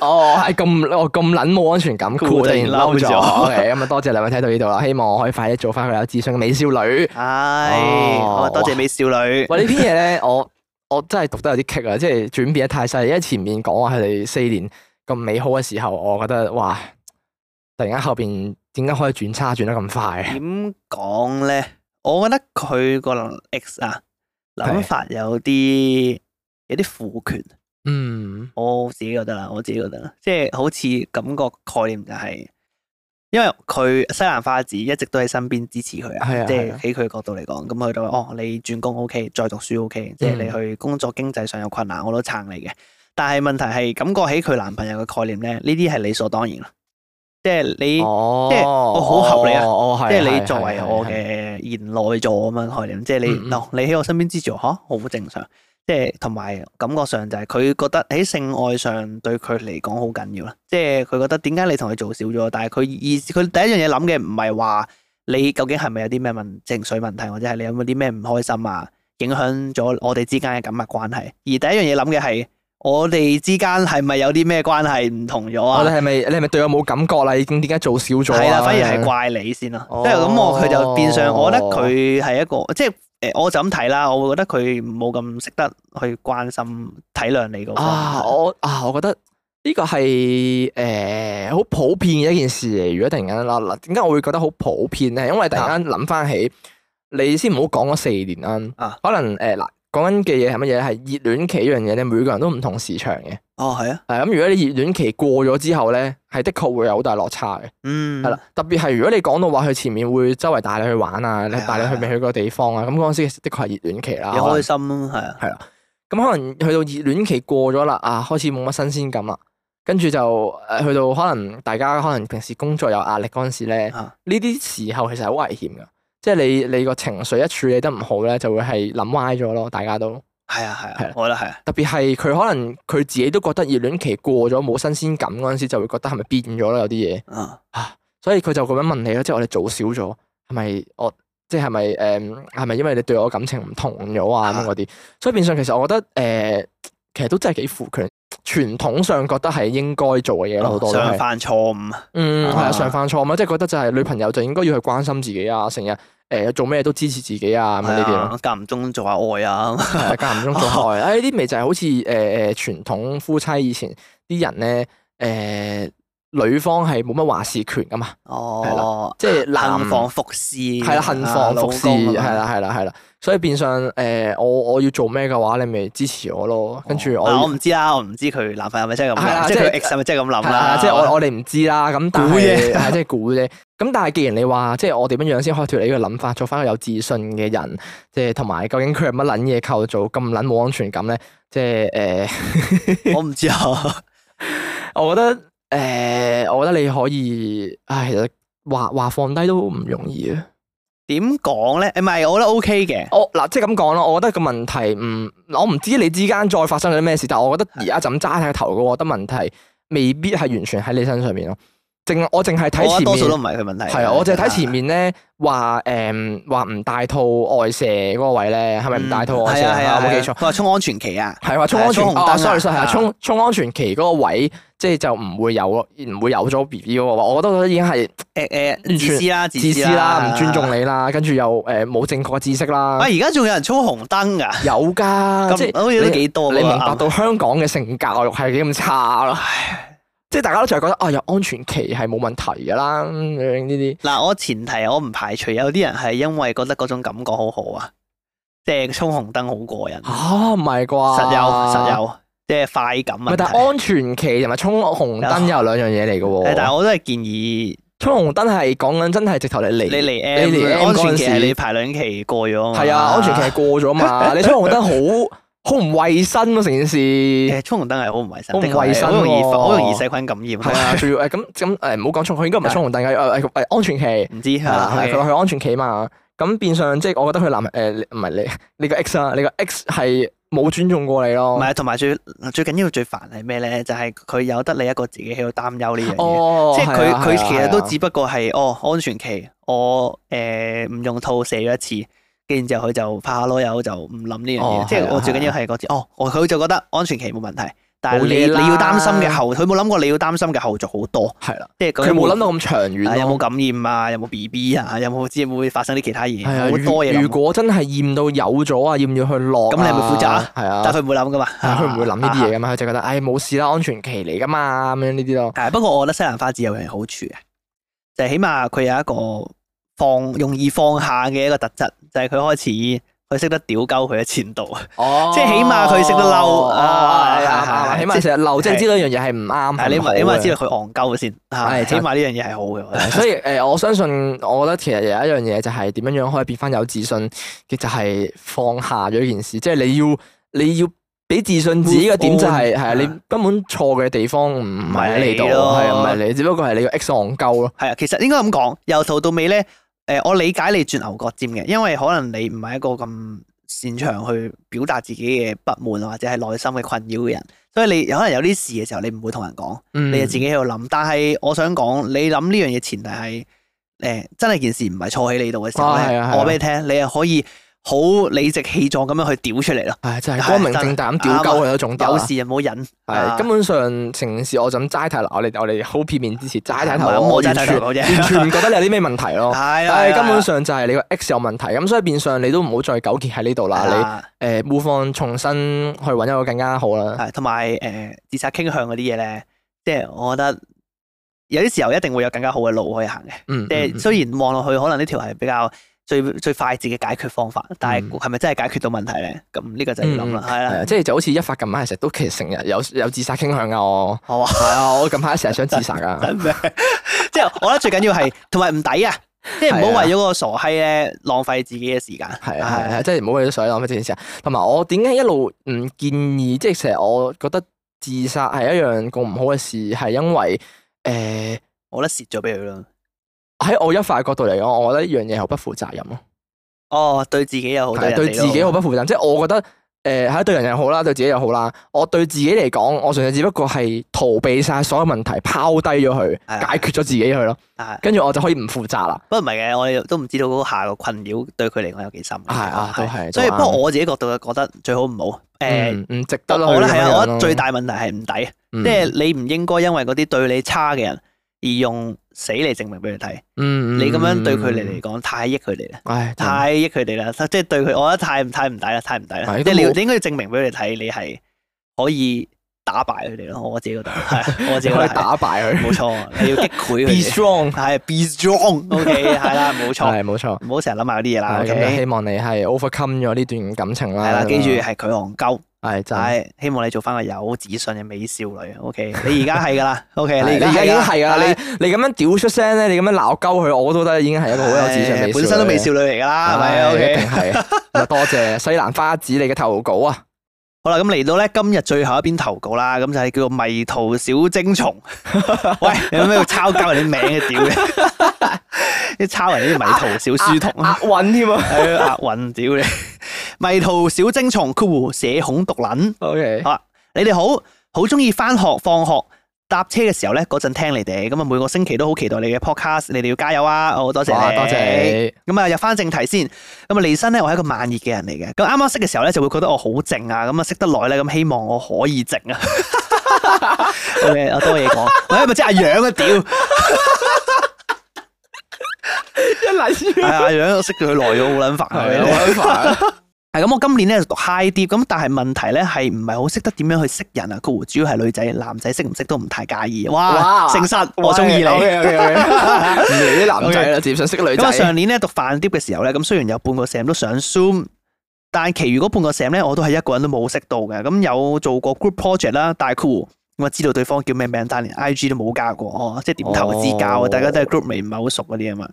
哦，係 咁我咁撚冇安全 感，佢酷突突然然嬲嬲咗。咗 OK，咁啊多謝兩位睇到呢度啦，希望我可以快啲做翻個有智商嘅美少女。唉，哦好啊多謝美少女， 喂，呢篇嘢咧，我我真係讀得有啲棘啊，即係轉變得太犀利。因為前面講話佢哋四年咁美好嘅時候，我覺得哇，突然間後邊點解可以轉差轉得咁快？點講咧？我覺得佢個 X 啊諗法有啲有啲父權，嗯，我自己覺得啦，我自己覺得啦，即係好似感覺概念就係。因為佢西蘭花子一直都喺身邊支持佢係啊，啊即係係啊喺佢角度嚟講，咁佢就話哦，你轉工 O K，再讀書 O K，即係你嗯去工作經濟上有困難，我都撐你嘅。但係問題係，感覺喺佢男朋友嘅概念咧，呢啲係理所當然啦，即係你。哦，即係我好合理啊哦，哦即係你作為我，係係係係嘅賢內助咁樣概念，即係你嗯嗯哦，你喺我身邊支持我，嚇好正常。即係同埋感覺上就係佢覺得喺性愛上對佢嚟講好緊要啦。即係佢覺得點解你同佢做少咗？但係佢意思佢第一樣嘢諗嘅唔係話你究竟係咪有啲咩問情緒問題，或者係你有冇啲咩唔開心啊，影響咗我哋之間嘅緊密關係。而第一樣嘢諗嘅係我哋之間係咪有啲咩關係唔同咗啊？我哋係咪你係咪對我冇感覺啦？已經點解做少咗啊？係啦，反而係怪你先咯。哦即係咁，我佢就變相，我覺得佢係一個即係誒，我就咁睇啦，我會覺得佢冇咁識得去關心體諒你嗰啊！方面。我啊，我覺得呢個係誒好普遍嘅一件事嚟。如果突然間啦，嗱點解我會覺得好普遍咧？因為突然間諗翻起你先唔好講嗰四年啦啊，可能誒嗱講緊嘅嘢係乜嘢？係熱戀期呢樣嘢咧，每個人都唔同時長嘅。哦，係啊，係咁，如果你熱戀期過咗之後咧，係的確會有好大落差嘅。嗯，係啦，，特別係如果你講到話佢前面會周圍帶你去玩啊，係啊帶你去未去過地方啊，咁嗰陣時其實的確係熱戀期啦。幾可能開心啊，係啊，咁可能去到熱戀期過咗啦，啊開始冇乜新鮮感啦，跟住就誒去到可能大家可能平時工作有壓力嗰陣時咧，啊呢啲時候其實係好危險噶，即係你你個情緒一處理得唔好咧，就會係諗歪咗咯，大家都係啊，係係啦啊，我覺得係啊，特別係佢可能佢自己都覺得熱戀期過咗冇新鮮感嗰陣時，就會覺得係咪變咗啦有啲嘢，啊，所以佢就咁樣問你咯，即係我哋做少咗，係咪我即係咪誒係咪因為你對我感情唔同咗啊咁啊嗰啲，所以變相其實我覺得誒、呃其實都真係幾負權，傳統上覺得係應該做嘅嘢咯，好多都係想。犯錯誤啊，嗯，係啊，哦啊常犯錯嘛，即係覺得就係女朋友就應該要去關心自己啊，成日誒做咩都支持自己啊咁樣呢啲咯係啊間唔中做下愛 啊，係啊，間唔中做下愛，哎呢啲咪就係好似誒誒傳統夫妻以前啲人咧誒女方係冇乜話事權噶嘛，係哦，即係男行房服侍，係係啦，恨房服侍係，啊老公咁樣啊啦係啦係啦，所以變相誒我我要做咩嘅話，你咪支持我咯，跟住哦我嗱要。我唔知啦，我唔知佢男朋友係咪真係咁係啦諗，即即係係佢 ex 係咪真係咁係諗啦啦？即係我我哋唔知啦，咁但估係啫係即係估啫。咁但係既然你話即係我點樣樣先可以脱離呢個諗法，做翻個有自信嘅人，即係同埋究竟佢係乜撚嘢構造咁撚冇安全感咧？即係誒、 呃 我唔知啊，我覺得誒、呃我覺得你可以，唉，其實話話放低都唔容易啊。點講咧？誒唔係，我覺得 OK 嘅。我嗱即係咁講咯，我覺得個問題唔，我唔知你之間再發生咗啲咩事，但係我覺得而家就咁揸喺頭嘅，我覺得問題未必係完全喺你身上面咯。淨我淨係睇我覺前得多數面都。唔係佢問題。係啊，我就係睇前面咧話誒話唔戴套外射嗰個位咧，係咪唔戴套外係射啊係啊，啊？我冇係啊記錯，佢話衝安全期啊，係話衝係啊安全衝紅燈哦啊，sorry sorry，係啊係啊衝衝安全期嗰個位，即係就唔會有唔會有咗 B B 嗰個位，我覺得已經係誒完全誒，自私啦，自私係啦，啊唔尊重你啦，跟住又誒冇正確嘅知識啦啊！，而家仲有人衝紅燈㗎，有㗎，即咁係好似都幾多你喎明白到香港嘅性教育係幾咁差咯，即係大家都就係覺得啊有安全期係冇問題㗎啦，咁樣呢啲。嗱，我前提我唔排除有啲人係因為覺得嗰種感覺好好啊，即係衝紅燈好過癮，啊，唔係啩？實有實有，即係快感唔係，問但題係。安全期同埋衝紅燈又兩樣嘢嚟嘅誒但喎。係我都係建議衝紅燈係講緊真係直頭你你嚟，嚟 M，你嚟 M 安嗰全陣期時係你排卵期過咗嘛係啊，安全期係過咗 嘛？你衝紅燈好好唔衞生咯，成件事誒衝紅燈係好唔衞好生，唔的確衞係生好容易喎好容易細菌感染。係啊，仲要誒咁咁誒唔好講衝，佢應該唔係衝紅燈嘅誒誒誒安全期唔知係啊係啦，係啦佢話佢安全期嘛。咁變相即係我覺得佢男誒唔係你你個 X 啊，你個 X 係冇尊重過你唔咯。係，同埋最最緊要最煩係咩咧？就係佢有得你一個自己喺度擔憂呢樣嘢，哦，即係係佢啊佢係啊其實都係啊只不過係哦安全期，我誒唔用套射咗一次，跟住之後佢就怕攞友就唔諗呢樣哦嘢，即係係啊我最緊要係嗰次哦，我佢就覺得安全期冇問題，但冇係你嘢啦你要擔心嘅後，佢冇諗過你要擔心嘅後續好多，係啦，即係佢冇諗到咁長遠咯啊有冇感染啊，有冇 B B 啊，有冇知會發生啲其他嘢，係啊，好多嘢如如諗，果真係驗到有咗啊，要唔要去落？咁你係咪負責啊？係啊，但係佢唔會諗噶嘛，係啊佢唔會諗呢啲嘢嘢。噶嘛，佢就覺得唉冇事啦，安全期嚟噶嘛，咁樣呢啲咯。係，不過我覺得西蘭花子有樣好處嘅，就係起碼佢有一個放容易放下嘅一個特質，就係佢開始佢識得屌鳩佢嘅前度，哦即係起碼佢識得嬲哦啊係啊係係起碼成日嬲，即係知道一樣嘢係唔啱，係係你唔好咪起碼嘅知道佢戇鳩先，係係起碼呢樣嘢係好嘅，我覺得所以誒、呃我相信，我覺得其實有一樣嘢就係點樣樣可以變翻有自信，嘅就係、放下咗件事，即係你要你要俾自信自己嘅點就係 Move on 係啊你根本錯嘅地方唔係喺你度，唔係你咯係啊唔係你，只不過係你個 X 戇鳩咯。係啊。其實應該咁講，由頭到尾咧，誒，我理解你轉牛角尖嘅，因為可能你唔係一個咁擅長去表達自己嘅不滿或者係內心嘅困擾嘅人，所以你可能有啲事嘅時候，你唔會同人講。嗯你就自己喺度諗。但係我想講，你諗呢樣嘢前提係誒、真係件事唔係錯喺你度嘅時候啊係咧，啊係啊我話俾你聽，你係可以好理直氣壯咁樣去屌出嚟咯。唉，真係光明正大咁屌鳩佢嗰種得啊有事就唔好忍，係啊根本上成件事，我就咁齋睇嗱，我哋我哋好片面之詞，齋睇頭，唔係咁我我完齋睇頭全嗰啫完全唔覺得你有啲咩問題咯。 係啊啦，但係啦根本上就係你個 X 有問題，咁所以變相你都唔好再糾結喺呢度啦。啦你誒 move on，重新去揾一個更加好啦。係同埋誒自殺傾向嗰啲嘢咧，即係我覺得有啲時候一定會有更加好嘅路可以行嘅。嗯，即嗯係雖然望落去可能呢條係比較最最快捷嘅解決方法。但係係咪真係解決到問題咧？咁呢個就要諗啦，係嗯係啊，啦，即係就好似一發近排成日都其實成日有有自殺傾向啊，我好 啊。係啊，我近排成日想自殺啊，真係， 即係我覺得最緊要係同埋唔抵啊！即係唔好為咗個傻閪咧浪費自己嘅時間。係啊係啊，即係唔好為咗水諗呢件事啊。同埋我點解一路唔建議，即係成日我覺得自殺係一樣咁唔好嘅事，係因為誒我覺得蝕咗俾佢咯。喺我一發嘅角度嚟講，我覺得呢樣嘢好不負責任咯。哦，對自己又好，對係啊人哋對都自己好不負責任，即係我覺得誒係、對人又好啦，對自己又好啦。我對自己嚟講，我純粹只不過係逃避晒所有問題，拋低咗佢，啊解決咗自己佢咯，係啊跟住我就可以唔負責啦。不過唔係嘅，我哋都唔知道嗰個下個困擾對佢嚟講有幾深。係啊都係所以都不啱過我自己角度覺得最好唔好。誒，嗯，唔值我得咯。覺得係咁樣啊，我咯覺得最大問題係唔抵，嗯即係你唔應該因為嗰啲對你差嘅人而用死嚟證明俾佢睇。嗯，嗯嗯你咁樣對佢哋嚟，講太益佢哋啦。唉，真係太益佢哋啦，即係對佢，我覺得太唔太唔抵啦，太唔抵啦。係即係都你要冇你應該要證明俾佢哋睇，你係可以打敗佢哋咯。我自己 覺得係，啊我自己你覺可得以係打敗佢冇錯，你要擊潰佢，be 哋。 strong。係啊 be strong，OK，係啦，冇錯，係冇錯，唔好成日諗埋嗰啲嘢啦係咁就，OK，希啊望你係 overcome 咗呢段感情啦。係啦，記住咁樣係佢戇鳩，係真係。係希望你做翻個有自信嘅美少女，OK，你而家係噶啦 ，OK，你你而家已經係㗎噶啦，你你咁樣屌出聲咧，你咁樣鬧鳩佢，我都覺得已經係一個好有自信嘅唉美本身女都美嚟嘅少女嚟㗎啦，唉係咪一？OK 定。係。咁啊多謝西蘭花子你嘅投稿啊！好啦，咁嚟到咧今日最後一篇投稿啦，咁就係叫做迷途小 精蟲。喂，你有咩要抄交人啲名嘅屌嘅？你抄 人啲迷途小書童 押韻添啊係啊，押韻屌你！迷途小精蟲，括弧社恐毒撚。 ！OK，好啦，你哋好，好中意翻學放學。搭車嘅時候咧，嗰陣聽你哋，咁啊每個星期都好期待你嘅 podcast，你哋要加油啊！好多謝哇你，多謝咁啊，入翻正題先。咁啊，李生咧，我係一個慢熱嘅人嚟嘅。咁啱啱識嘅時候咧，就會覺得我好靜啊。咁啊，識得耐咧，咁希望我可以靜 啊。OK，我多嘢講。喂，咪即係阿楊 啊，屌！係一嚟啊阿楊，我識咗佢耐咗，好撚煩啊。係啊，好煩。係咁，我今年咧就讀 high 啲，咁但係問題咧係唔係好識得點樣去識人啊？個主要係女仔，男仔識唔識都唔太介意。哇，哇誠實，我中意你。咁 OK，OK，OK 唔理啲男仔啦，接想識女啊，仔。上年咧讀飯碟嘅時候咧，咁雖然有半個 sam 都上 Zoom，但係其餘嗰半個 sam 咧，我都係一個人都冇識到嘅。咁有做過 group project 啦，但係 cool。咁啊，知道對方叫咩名，但係連 I G 都冇加過，哦，即係點頭之交啊！哦大家都係 group 嚟，唔係好熟嗰啲啊嘛。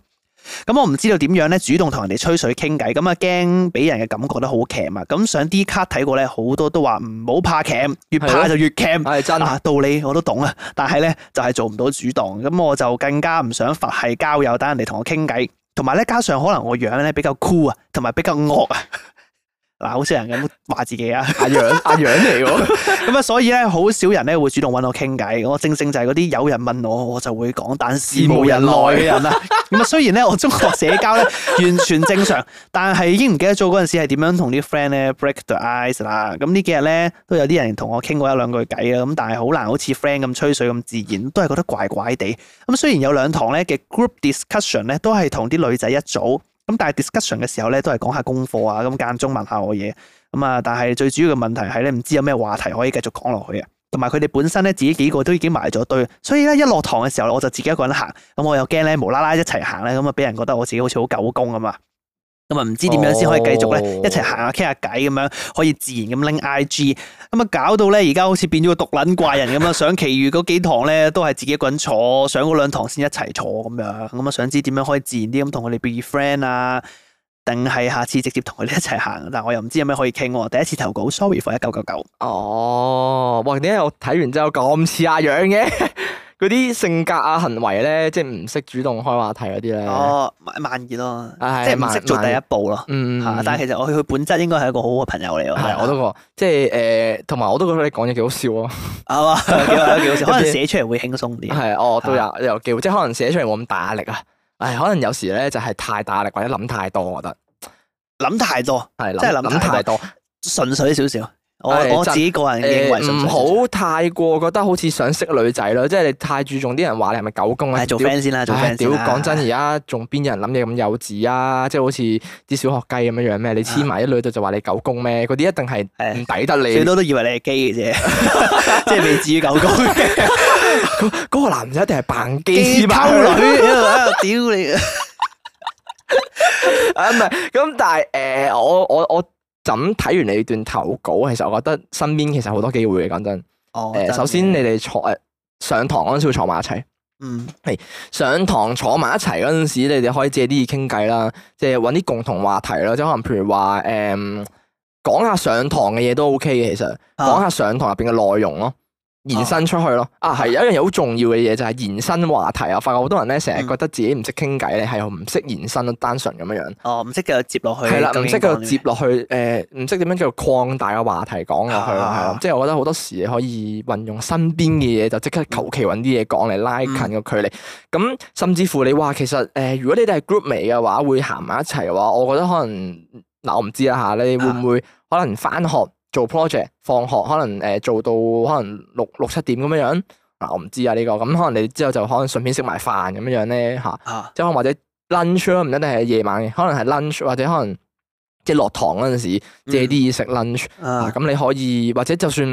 咁我唔知道點樣咧，主動同人哋吹水傾偈，咁啊驚俾人嘅感覺得好 cam 啊！咁上 D 卡睇過咧，好多都話唔好怕 cam，越係怕咯就越 cam。係真啊，道理我都懂啊，但係咧就係、做唔到主動，咁我就更加唔想佛系交友，等人哋同我傾偈，同埋咧加上可能我樣咧比較 cool 啊，同埋比較惡啊，嗱，好少人咁話自己啊，阿楊阿楊嚟喎，咁啊，所以咧好少人咧會主動揾我傾偈，我正正就係嗰啲有人問我，我就會講，但事無人來嘅人啊，咁啊，雖然咧我中學社交咧完全正常，但係已經唔記得咗嗰陣時係點樣同啲 friend 咧 break the ice 啦。咁呢幾日咧都有啲人同我傾過一兩句偈啊，咁但係好難好似 friend 咁吹水咁自然，都係覺得怪怪地。咁啊雖然有兩堂咧嘅 group discussion 咧都係同啲女仔一組，咁但係 discussion 嘅時候咧都係講下功課啊，咁間中問下我嘢。咁啊，但係最主要嘅問題係咧唔知有咩話題可以繼續講落去啊。同埋佢哋本身咧，自己幾個都已經埋咗堆，所以咧一落堂嘅時候，我就自己一個人行，咁我又驚咧無啦啦一齊行咧，咁啊俾人覺得我自己好似好狗公咁啊，咁啊唔知點樣先可以繼續咧哦一齊行下傾下偈咁樣，可以自然咁拎 I G，咁啊搞到咧而家好似變咗個獨撚怪人咁啊！上其餘嗰幾堂咧都係自己一個人坐，上嗰兩堂先一齊坐咁樣，咁啊想知點樣可以自然啲咁同佢哋 be friend 啊？定係下次直接同佢哋一齊行，但我又唔知有咩可以傾喎。第一次投稿，sorry for 一九九九。哦，哇！點解我睇完之後咁似阿楊嘅？嗰啲性格啊、行為咧，即係唔識主動開話題嗰啲咧。哦，慢慢熱咯，唉即係唔識做第一步咯。嗯，嚇但係其實我佢本質應該係一個啊好好嘅朋友嚟喎。係，我都覺，即係誒，同埋我都覺得你講嘢幾好笑咯。係 嘛，幾好幾好笑，可有能啲寫出嚟會輕鬆啲。啊係，我都有有機會，即係可能寫出嚟冇咁大壓力啊。唉，可能有時咧就係太大壓力或者諗太多，我覺得諗太多，係真係諗諗太太多。純粹少少。我係我真自己個人認誒，為純粹唔少少。好太過覺得好似想識女仔咯，即係你太注重啲人話你係咪狗公啊？係做屌 friend 先啦，做唉 friend 屌，先啦。講真，而家仲邊有人諗嘢咁幼稚啊？即係好似啲小學雞咁樣樣咩？你黐埋啲女度就話你狗公咩？嗰啲一定係係唔抵得最你。多都以為你係基嘅啫， 即係未至於狗公嘅。嗰個男仔一 定係扮基 基黐埋溝佢女，喺度喺度屌你！啊，唔係咁，但係诶、誒我我我就咁睇完你段投稿，其實我覺得身邊其實好多機會嘅，講真。哦诶、真首先你嘅哋坐诶、上堂嗰陣時會坐埋一齊，嗯上堂坐埋一齊嗰陣時，你哋可以借啲嘢傾偈啦，即係搵啲共同話題咯，即係可能譬如話诶、誒嗯講下上堂嘅嘢都 OK 嘅，其實講啊下上堂入邊嘅內容咯。延伸出去咯，啊係有一樣嘢好重要嘅嘢就係延伸話題啊！發覺好多人咧成日嗯覺得自己唔識傾偈咧，係唔識延伸咯，單純咁樣樣。哦唔識繼續接落去，係啦，究唔竟識繼續講接啲落去，誒唔識點樣繼續擴大個話題講落去咯，係啦啊，即係我覺得好多時可以運用身邊嘅嘢，就嗯即刻求其揾啲嘢講嚟拉近個距離。咁甚至乎你話其實誒，如果你哋係 group 嚟嘅話，會行埋一齊嘅話，我覺得可能嗱，我唔知啦嚇，你啊會唔會可能翻學做 project，放學可能誒做到可能六六七點咁樣樣？嗱，我唔知啊呢個，咁可能你之後就可能順便食埋飯咁樣樣咧嚇。嘢啊即係可能或者 lunch 咯，唔一定係夜晚嘅，可能係 lunch 或者可能即係落堂嗰陣時借啲嘢食 lunch，啊嗯啊咁、你可以或者就算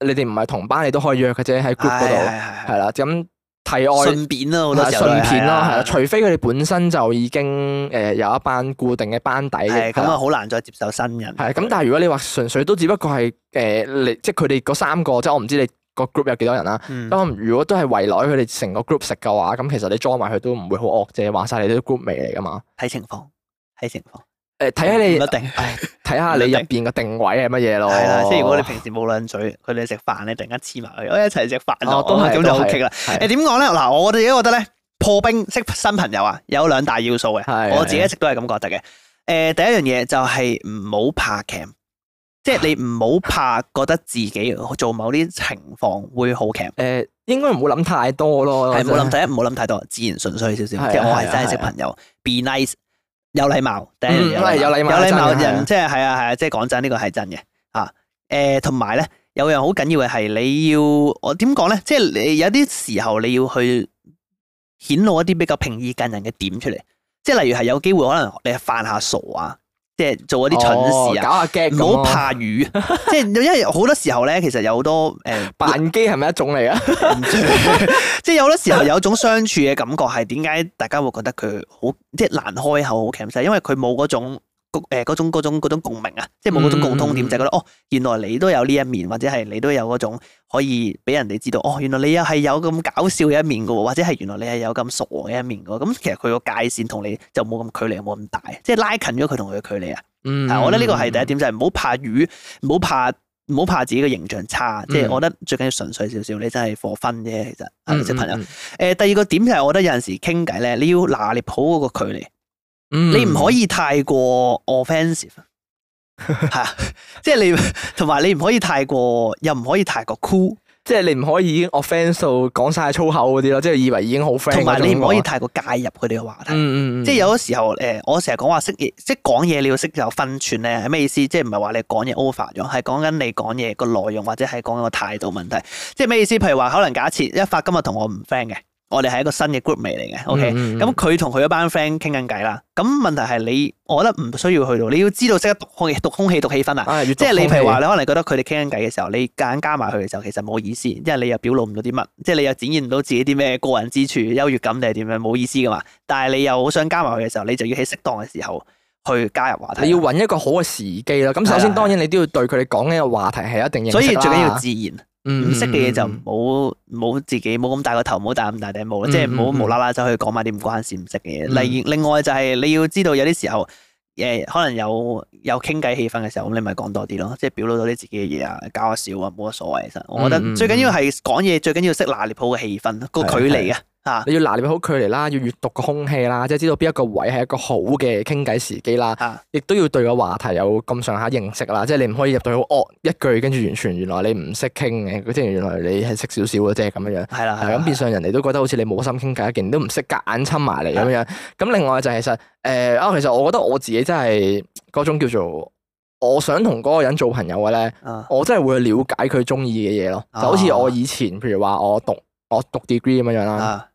你哋唔係同班，你都可以約嘅啫喺 group 嗰度，係係啦，咁題係外。順便啦，好多係時候都順便咯，係啦，係除非佢哋本身就已經誒有一班固定嘅班底嘅，係咁係啦啊，好難再接受新人。嗯係咁，但係如果你話純粹都只不過係誒你即係佢哋嗰三個，即係我唔知你個 group 有幾多人啦。嗯咁如果都係圍內佢哋成個 group 食嘅話，咁其實你 join 埋佢都唔會好惡啫，話晒你都 group 味嚟噶嘛。睇情況，睇情況。诶，呃睇下你唔一定唉睇下你入边嘅定位係乜嘢咯。係啦，即係如果你平時冇兩嘴，佢哋食飯，你突然間黐埋哎去，我一齊食飯哦咯，都係咁都就好係棘啦。係誒點講咧？嗱，我哋自己覺得咧，破冰識新朋友啊，有兩大要素係嘅。我自己一直都係咁覺得嘅。誒第一樣嘢就係唔好怕 cam，即係你唔好怕覺得自己做某啲情況會好 cam。诶，应呃该唔好諗太多咯。哦係唔好諗太第一，唔好諗太多，自然純粹少係少。即係我係係真係識係朋友，be nice，有禮貌。第一樣嗯係嘢有禮貌有禮貌真係人，即係係啊係啊，即係講真，呢個係真嘅啊。誒，同埋咧，有樣好緊要嘅係你要我點講咧？即係你有啲時候你要去顯露一啲比較平易近人嘅點出嚟，即係例如係有機會可能你犯下傻啊，即係做一啲蠢事哦啊，搞下 g 唔好怕魚，即係因為好多時候咧，其實有好多誒扮機係咪一種嚟啊？唔知 即係有好多時候有種相處嘅感覺係點解大家會覺得佢好即係難開口好 c a 因為佢冇嗰種誒嗰種嗰種嗰種共鳴啊，即係冇嗰種共通點，嗯就係覺得哦，原來你都有呢一面，或者係你都有嗰種可以俾人哋知道哦，原來你又係有咁搞笑嘅一面嘅喎，或者係原來你係有咁傻嘅一面嘅喎，咁其實佢個界線同你就冇咁距離冇咁大，即係拉近咗佢同佢嘅距離啊。嗯係我覺得呢個係第一點，就係唔好怕魚，唔好怕唔好怕自己嘅形象差，即嗯係我覺得最緊要純粹少少，你真係 for fun 啫，其實係啊識朋友。嗯，誒，第二個點就係我覺得有陣時傾偈咧，你要拿捏好嗰個距離，嗯你唔可。以太過 offensive。係啊，即係你 同埋你唔可以太過，又唔可以太過 cool，即係你唔可以已經 offence 到講晒粗口嗰啲咯，即係以為已經好 friend 同埋你唔可以嗰種喎。太過介入佢哋嘅話嗯題。嗯嗯，即係有時候誒、我成日講話識嘢，識講嘢你要識有分寸咧，係咩意思？即係唔係話你講嘢 over 咗，係講緊你講嘢個內容或者係講緊個態度問題。即係咩意思？譬如話，可能假設一發今日同我唔 friend 嘅，我哋係一個新嘅 group 嚟嘅，OK、嗯嗯嗯咁佢同佢嗰班 friend 傾緊偈啦。咁問題係你，我覺得唔需要去到，你要知道識得讀空氣、讀空氣、讀氣氛啊。啊，即即係你譬如話，你可能覺得佢哋傾緊偈嘅時候，你夾硬加埋佢嘅時候，其實冇意思，因為你又表露唔到啲乜，即係你又展現唔到自己啲咩個人之處、優越感定係點樣，冇意思噶嘛。但係你又好想加埋佢嘅時候，你就要喺適當嘅時候去加入話題。你要揾一個好嘅時機咯。咁首係先啦當然你都要對佢哋講嘅話題係一定認識所以最緊要啦自然，嗯唔識嘅嘢就嗯嗯嗯唔好唔好自己冇咁大個頭，唔好戴咁大頂帽啦，即係唔嗯嗯嗯好無啦啦走去講埋啲唔關事唔識嘅嘢。嗯例如另外就係你要知道有啲時候。誒可能有有傾偈氣氛嘅時候，咁你咪講多啲咯，即係表露到你自己嘅嘢啊，搞下笑啊，冇乜所謂。其實我覺嗯嗯得最緊要係講嘢，最緊要識拿捏好個氣氛，個係距離啊，嚇你要拿捏好距離啦，要閲讀個空氣啦，即係知道邊一個位係一個好嘅傾偈時機啦啊，亦都要對個話題有咁上下認識啦，即係你唔可以入到去好惡一句，跟住完全原來你唔識傾嘅，即係原來你係識少少嘅啫咁樣樣。係啦，係咁變相人哋都覺得好似你冇心傾偈，勁都唔識夾硬親埋嚟咁樣。咁另外就係其實誒啊，其實我覺得我自己真係嗰種叫做我想同嗰個人做朋友嘅咧，啊我真係會去了解佢中意嘅嘢咯。就好似啊我以前譬如話我讀我讀 degree 咁樣樣啦。啊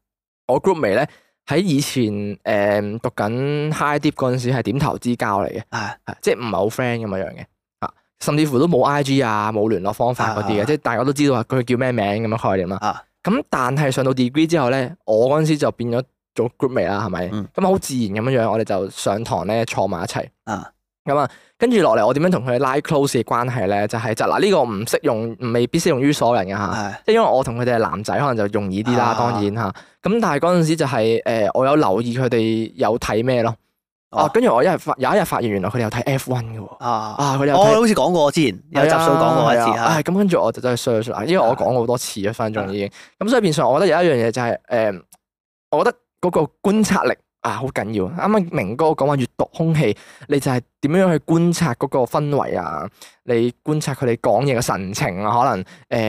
我 group 眉咧喺以前誒、嗯、讀緊 high dip 嗰陣時係點頭之交嚟嘅，啊係即係唔係好 friend 咁樣樣嘅啊，甚至乎都冇 IG 啊，冇聯絡方法嗰啲嘅，啊即係大家都知道佢叫咩名咁樣概念啦。啊咁但係上到 degree 之後咧，我嗰陣時就變咗做 group 未啦，係咪？嗯咁啊好自然咁樣樣，我哋就上堂咧坐埋一齊。啊，咁啊，跟住落嚟，我點樣同佢哋拉 close 嘅關係咧？就係就嗱，呢個唔適用，未必適用於所有人嘅嚇。係即係因為我同佢哋係男仔，可能就容易啲啦，啊當然嚇。咁但係嗰陣時就係、呃我有留意佢哋有睇咩咯。哦哦，跟住我一日發有一日發現，原來佢哋有睇 F1 嘅喎。啊，啊，佢哋有我睇。好似講過之前有集數講過一次係啊唉嚇，咁跟住我就真係 search 啦，因為我講過好多次啊，分分鐘已經。咁所以變相，我覺得有一樣嘢就係、誒、我覺得嗰個觀察力啊好緊要。啱啱明哥講話閱讀空氣，你就係點樣去觀察嗰個氛圍啊，你觀察佢哋講嘢嘅神情啊，可能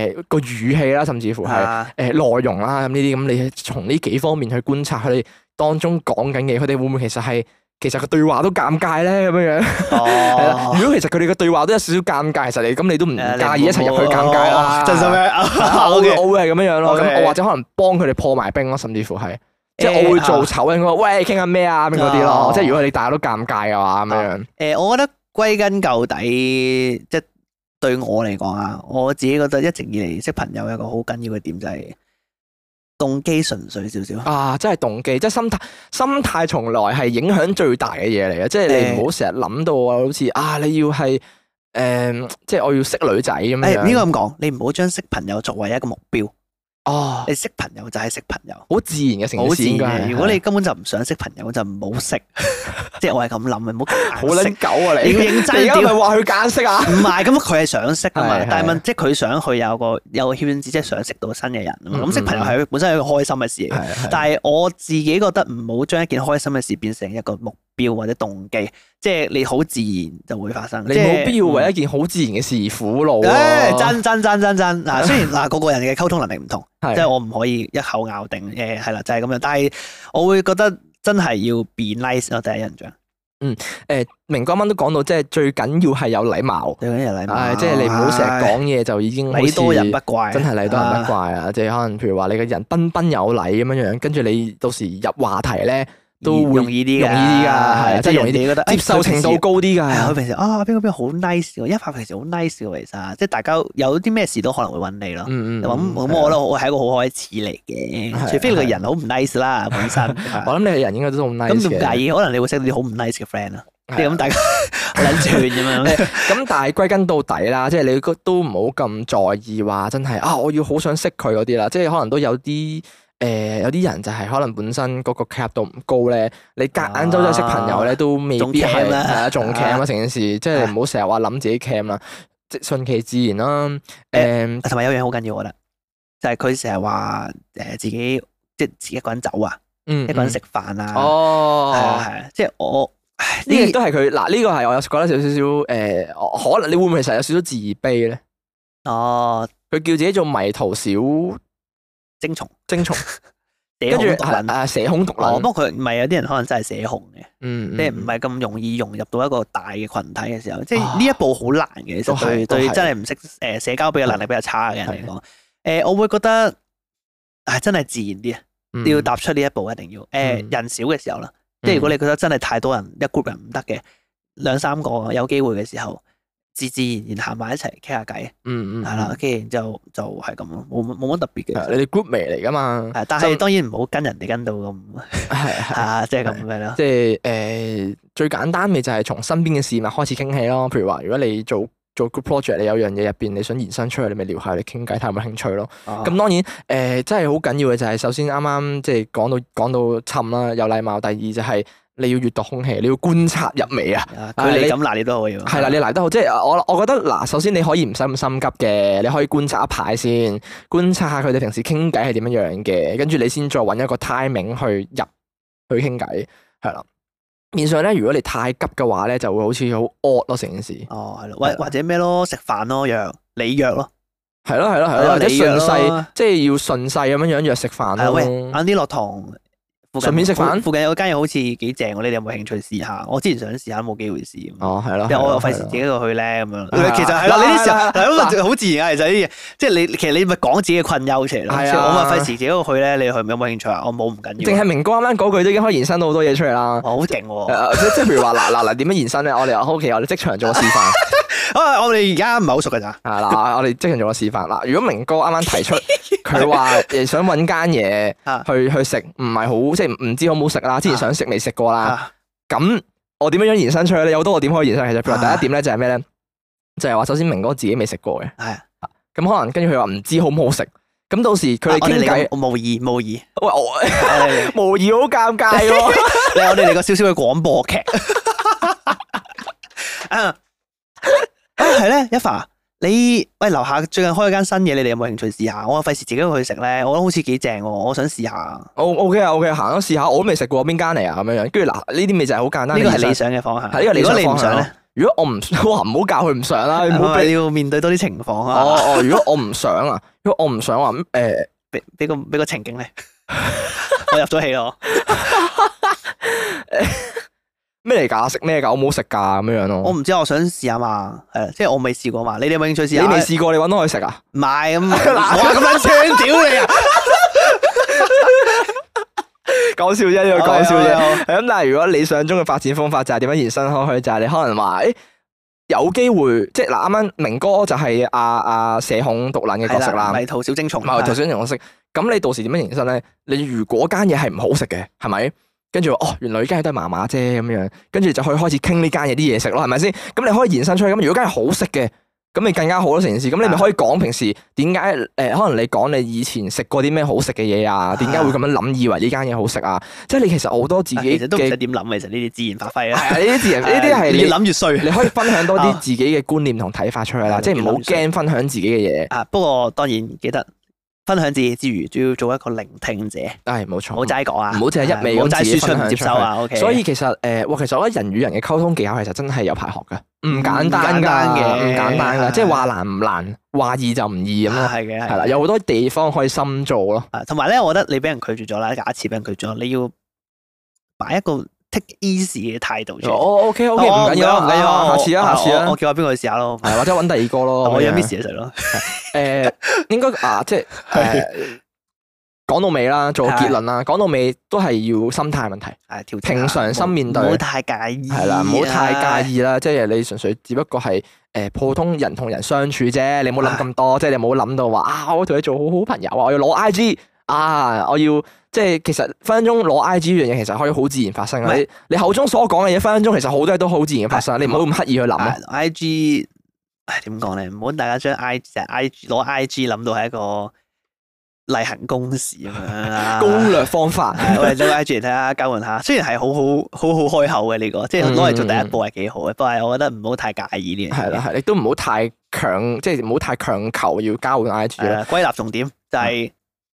誒、個語氣啦，甚至乎係。啊誒內容啦，咁呢啲咁，你從呢幾方面去觀察佢哋當中講緊嘅，佢哋會唔會其實係其實個對話都尷尬咧咁樣樣？係啊啦、哦，如果其實佢哋嘅對話都有少少尷尬，其實你咁你都唔誒介意一齊入去尷尬啦。哦真 心咩啊係 我會？OK，我會係咁樣樣咯，咁 OK 我或者可能幫佢哋破埋冰咯，甚至乎係即係我會做誒啊醜人，我話喂傾緊咩啊咁嗰啲咯哦，即係如果你大家都尷尬嘅話咁樣樣，誒，我覺得歸根究底，即係對我嚟講啊，我自己覺得一直以嚟識朋友有一個好緊要嘅點就係動機純粹少少。啊，真係動機，即係心態，心態從來係影響最大嘅嘢嚟嘅，即係你唔好成日諗到啊，好似啊，你要係誒、即係我要識女仔咁樣。誒，應該咁講，你唔好將識朋友作為一個目標，哦，你識朋友就係識朋友。好自然嘅成好件自事應該然係嘅，如果你根本就唔想識朋友，就唔 好識。即係我係咁諗嘅，唔好好夾硬撚識。狗啊 你你，要認真你而家咪屌話佢揀識啊？唔係，咁佢係想識啊嘛係，但係係問即係佢想去有個有個圈子，即係想識到新嘅人啊嘛。嗯咁識朋友係本身係一個開心嘅事嚟嘅。係係但係啊我自己覺得唔好將一件開心嘅事變成一個目標或者動機，即係你好自然就會發生。你即係冇必要為一件好自然嘅事而苦惱啊嗯唉喎。真真真真真嗱，雖然嗱個個人嘅溝通能力唔同，係即係我唔可以一口咬定誒係啦，就係咁樣。但係我會覺得真係要 be nice 咯，第一印象誒，明哥啱啱都講到，即係最緊要係有禮貌，對嗰啲人禮唉貌，即係你唔好成日唉講嘢就已經好禮多似人不怪，真係禮多人不啊。怪啊！即係可能譬如話你個人彬彬有禮咁樣樣，跟住你到時入話題咧都會容易啲㗎，容易啲㗎係啊即真係係容易人哋覺得接受程度高啲係啊，佢㗎。平時啊邊個邊個好 nice 喎，一發平時好 nice 喎，其實即係大家有啲咩事都可能會揾你咯。嗯嗯，咁咁，嗯我覺得我係一個好開始嚟嘅，係除非你個人好唔 nice 啦，本身。我咁諗你個人應該都好 nice 唔嘅介意，可能你會識到啲好唔 nice 嘅 friend 啦。即係啊 係咁，大家撚串咁樣。咁但係歸根到底啦，即係你都唔好咁在意話真係啊，我要好想識佢嗰啲啦，即係可能都有啲。誒、有啲人就係可能本身嗰個 cap 度唔高咧，你隔硬周真係識朋友咧，都未仲必啊 cam 係係啦啊，仲 cam 啊成件事，即係你唔好成日話諗自己 cam 啦，即係順其自然啦。誒、啊同埋有樣好緊要，我覺得就係佢成日話誒自己即係自己一個人走啊，嗯，一個人嗯食飯啊，哦，係啊係啊，即係我唉呢個呢都係佢嗱，呢個係我有覺得少少少誒，可能你會唔會其實有少少自卑咧？哦佢叫自己做迷途小精蟲精蟲， 社跟住恐毒係撚。啊社恐毒哦，撚，不過佢唔係有啲人可能真係社恐嘅。嗯，嗯即係唔係咁容易融入到一個大嘅群體嘅時候，即係呢一步好難嘅。其啊都實係對都對係真係唔識誒社交比較能力比較差嘅人嚟講，誒我會覺得係真係自然啲啊，嗯要踏出呢一步一定要嗯誒人少嘅時候啦。即係如果你覺得真係太多人一 group 人唔得嘅，兩三個有機會嘅時候，自自然然行埋一齊傾下偈，嗯嗯係啦，跟住就就係咁咯，冇乜冇乜特別係嘅。你哋 group 味嚟噶嘛？係啊但係當然唔好跟人哋跟到咁，嗯係係啊，即係咁樣咯。即係誒最簡單嘅就係從身邊嘅事物開始傾起咯。譬如話，如果你做做 group project，你有樣嘢入邊你想延伸出去，你咪聊下，你傾偈睇下有冇興趣咯。咁咁當然誒、呃真係好緊要嘅就係首先啱啱即係講到講到沉啦，有禮貌。第二就係你要閱讀空氣，你要觀察入微啊。啊佢你哋咁嗱，你都可以喎。係啦，你嚟得好，即係我我覺得嗱，首先你可以唔使咁心急嘅，你可以觀察一排先，觀察下佢哋平時傾偈係點樣樣嘅，跟住你先再揾一個 timing 去入去傾偈，係啦。面上咧，如果你太急嘅話咧，就會好似好 odd 咯成件事。哦，係係咯，啦或或者咩咯，食飯咯，約你約咯，係咯係咯係係咯，啊或者你約順勢咯，即係要順勢咁樣樣約食飯係咯。啊喂，晏啲落堂，附近順便食飯附附近有間嘢好似幾正喎，你哋有冇興趣試下？我之前想試下，冇機會試。哦，係咯，因為我係咯又費事係咯自己一啊個去咧咁樣。係啊其實係嗱啦，你嗱啲時候嗱嗱咁啊好自然啊，其實呢啲嘢，即係你其實你咪講自己嘅困憂出嚟咯。係啊即係我咪費事自己一個去咧，你去有冇興趣啊？我冇唔緊淨要係。明哥啱啱嗰句都已經可以延伸到好多嘢哦出嚟啦。呃我好勁喎！誒即即係譬如話嗱嗱嗱點樣延伸咧？我哋 OK，我哋即場做個示範。啊我哋而家唔係好熟㗎咋，係啊啦，我哋即刻做個示範啦。如果明哥啱啱提 出佢話誒想揾間嘢啊去去食，唔係好即係唔知好唔好食啦，之前想食未食過啦。啊咁我點樣樣延伸出去咧？有好多個點可以延伸。其實譬如話啊第一點咧就係咩咧？就係話首先明哥自己未食過嘅，係啊咁可能跟住佢話唔知好唔好食。咁到時佢哋啊我哋傾偈，嚟喂個模擬模擬，我 我哋無疑好尷尬喎。 嚟我哋嚟個少少嘅廣播劇。 啊啊係咧，一凡，你喂樓下最近開咗間新嘢，你哋有冇興趣試下？我費事自己去食咧，我覺得好似幾正喎，我想試下。呢 O O K 啊，O K 行咗試下，我都未食過邊間嚟啊咁樣樣。跟住嗱，呢啲咪就係好簡單。個係你想理想嘅方向。係呢個理如果想你唔方向想咯咧，。啊如果我唔 哇唔好教佢唔上啦，你唔好你俾。要面對多啲情況啊。哦哦，如果我唔想啊，如果我唔想話呃誒俾俾個俾個情 景你，我入咗戲咯。咩嚟㗎？食咩㗎？我冇食㗎咁樣樣我咯。唔知，我想試下嘛，係啦，即係我未試過嘛。你哋有冇興趣試你下？未試過，你揾我去食啊？ 唔係咁， 哇咁撚青屌你 啊！講笑啫，哦呢個講笑啫。啫。係咁，但係如果理想中嘅發展方法就係點樣延伸開去，就係你可能話誒。有機會，即係嗱，啱啱明哥就係阿阿社恐獨撚嘅角係色啦，啦，迷途小精蟲。啊唔係頭先同我識，咁你到時點樣延伸咧？你如果間嘢係唔好食嘅，係咪？跟住話哦，原來呢間嘢都係麻麻啫咁樣，跟住就可以開始傾呢間嘢啲嘢食咯，係咪先？咁你可以延伸出去，咁如果間嘢好食嘅，咁你更加好咯成件事。咁你咪可以講平時點解誒？可能你講你以前食過啲咩好食嘅嘢啊？點解會咁樣諗，以為呢間嘢好食啊？即係你其實好多自啊己其實都唔嘅使點諗，其實呢啲自然發揮係啦。啊，呢啲 自然呢啲係越你諗越衰你可以分享多啊啲自己嘅觀念同睇法出去啦，係即係唔好越諗越驚分享自己嘅嘢。啊！不過當然記得分享自己之餘，都要做一個聆聽者，唉，冇唔錯好。齋講啊，哦唔好淨係一味咁唔好齋自己輸出分享唔接收啊。O K。所以其實誒，呃哇、其實我覺得人與人嘅溝通技巧其實真係有排學㗎，唔嗯簡單唔簡單㗎，嘅唔簡單㗎，即係係話難唔難，話易就唔易咁啊咯，係嘅，係係啦，啦。有好多地方可以深造咯，啊同埋咧，我覺得你俾人拒絕咗啦，假設俾人拒絕咗，你要擺一個 take easy 嘅態度出嚟。哦，OK 哦 OK，唔緊要唔啦，緊要啊我下次啊，我下次我啊哦我，叫阿邊個去試下咯。係或者揾第二個咯，我咁有樣 miss 嘢食咯。誒，應該啊，即係誒。講到尾啦，做個結論啦。講到尾都係要心態問題，係調整下平常心面對啊唔好太介意。啊係啦，唔好太介意啦。即係你純粹只不過係誒普通人同人相處啫，你冇啊諗咁多，即係你冇諗到話啊，我同你做好好朋友啊，我要攞 I G 啊，我要即係其實分分鐘攞 I G 呢樣嘢其實可以好自然發生唔嘅。係你你口中所講嘅嘢，分分鐘其實好多嘢都好自然發生，你唔好咁刻意去諗啊。 I G，唉點講咧？唔好大家將 I 就 I 攞 I G 諗到係一個例行公事咁 樣啦。攻略方法 係我哋攞 I G 嚟睇下交換下，雖然係好好好好開口嘅呢個，即係攞嚟做第一步係幾好嘅，不過係我覺得唔好太介意呢樣嘢。嗯係啦，係亦都唔好太強，即係唔好太強求要交換 I G 係啦。啦，歸納重點嗯就係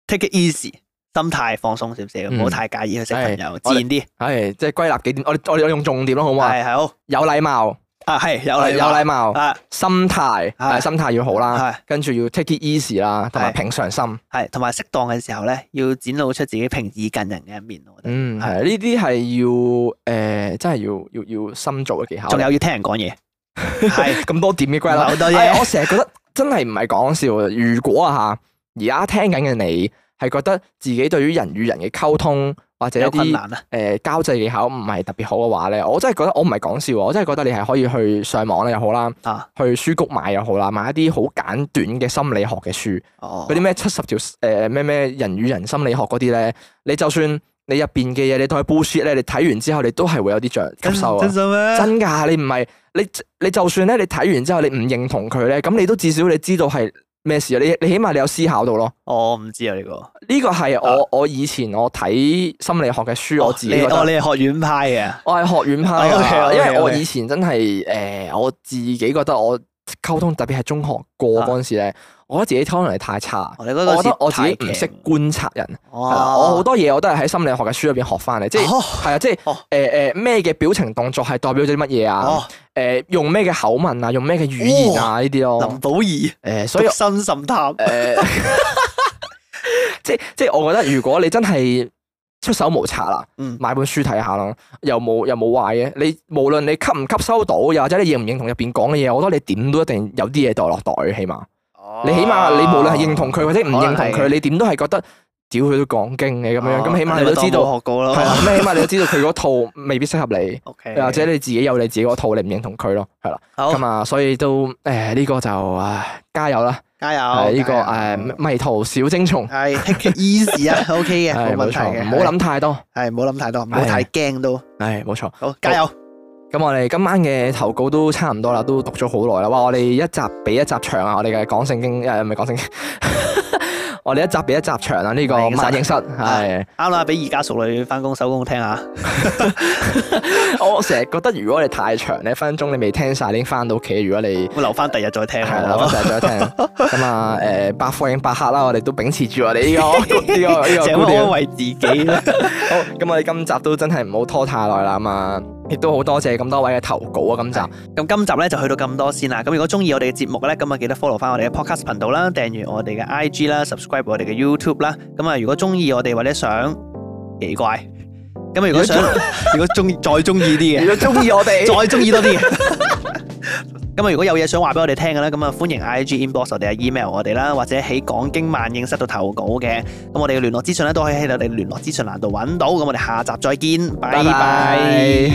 take it easy，心態放鬆少少，唔好嗯太介意去識朋友，我自哋然啲。係即係歸納幾點，我哋我哋用重點咯，好唔好啊？係係好有禮貌，啊，係有有禮禮貌，啊，心態，誒係心態要好啦。係。跟住要 take it easy 啦，同埋係平常心。係，同埋適當嘅時候咧，要展露出自己平易近人嘅一面。我覺得，嗯，係呢啲係要诶，真係要要要深造嘅技巧。仲有要聽人講嘢，係咁多點嘅歸唔係納，好多嘢哎係我成日覺得真係唔係講笑。如果啊吓，而家聽緊嘅你係覺得自己對於人與人嘅溝通或者一有困啲難啊，诶、呃交際技巧唔係特別好嘅話咧，我真係覺得我唔係講笑喎，我真係覺得你係可以去上網咧又好啦，啊，去書局買又好啦，買一啲好簡短嘅心理學嘅書。哦，嗰啲咩七十條誒咩咩人與人心理學嗰啲咧，你就算你入邊嘅嘢，你當佢 bullshit 咧，你睇完之後你都係會有啲著吸收啊真！心咩？真㗎，你唔係你你就算咧，你睇完之後你唔認同佢咧，咁你都至少你知道係咩事啊！你你起碼你有思考到咯。我唔知啊呢個，呢個係啊我我以前我睇心理學嘅書，我自己你覺哦，得。你哦係學院派嘅，我係學院派啊㗎，OK，OK，OK 因為我以前真係诶，呃我自己覺得我溝通特別係中學過嗰陣時咧，我覺得自己溝通能力太差，我哋我嗰個覺得我自己唔識觀察人。係啦，我好多多嘢我都係喺心理學嘅書入邊學翻嚟，即係哦係啊，即係哦誒誒咩嘅表情動作係代表咗啲乜嘢啊？哦，誒用咩嘅口吻啊？用咩嘅語言啊？呢啲林咯，保怡，誒所以讀心甚探，誒，即即係我覺得如果你真係出手無策啦，嗯買本書睇下咯，又冇又冇壞嘅。你無論你吸唔吸收到，又或者你認唔認同入邊講嘅嘢，我覺得你點都一定有啲嘢袋落袋，起碼。你起碼你無論係認同佢或者唔認同哦可能係佢，嘅你點都係覺得屌佢都講經嘅咁哦樣，咁起碼你都知道，學過啦。係啦，咁起碼你都知道佢嗰套未必適合你。 O K，又或者你自己有你自己嗰套，你唔認同佢咯，係啦，好咁啊，所以都誒呢個就唉加油啦，加油！係呢個誒迷途小精蟲，係 take it easy 啊，O K 嘅，係冇問冇題錯，嘅。唔好諗太多，係，係唔好諗太多，唔好太驚都。係冇錯。好，加油！咁我哋今晚嘅投稿都差唔多啦，都讀咗好耐啦。哇！我哋一集比一集長啊！我哋嘅講聖經誒唔係講聖經， 我哋一集比一集長啊！呢、個萬萬應應室室係啱啦，俾而家熟女翻工收工聽下。我成日覺得，如果你太長咧，分分鐘你未聽晒，已經翻到屋企。如果你我留翻第日再聽係啦，咯。 翻晒再聽咁啊誒，百貨應百客啦，我哋都秉持住我哋呢、 個呢、個呢、成個觀日安點。慰自己啦。 好，咁我哋今集都真係唔好拖太耐啦咁啊！亦都好多謝咁多位嘅投稿啊！今集咁今集咧就去到咁多先啦。咁如果中意我哋嘅節目咧，咁啊記得 follow 翻我哋嘅 podcast 頻道啦，訂閱我哋嘅 IG 啦，subscribe 我哋嘅 YouTube 啦。咁啊，如果中意我哋或者想奇怪，咁啊如 果想如果中再中意啲嘅如。果中意我 哋，再中意多 啲嘅。咁啊，如果有嘢想話俾我哋聽嘅咧，咁啊歡迎 I G inbox 我哋啊 email 我哋啦，或者喺講經萬應室度投稿嘅。咁我哋嘅聯絡資訊咧都可以喺我哋聯絡資訊欄度揾到。咁我哋下集再見，拜拜拜拜。